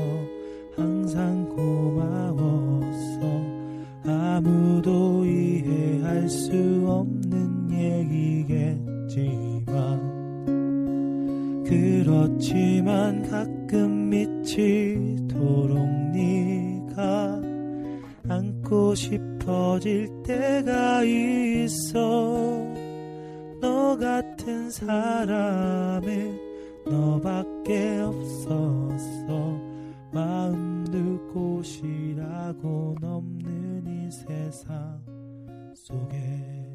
[SPEAKER 15] 항상 고마웠어 아무도 이해할 수 없는 얘기겠지만 그렇지만 가끔 미치도록 네가 안고 싶어질 때가 있어 너 같은 사람은 너밖에 없었어 마음도 꽃이라고 넘는 이 세상 속에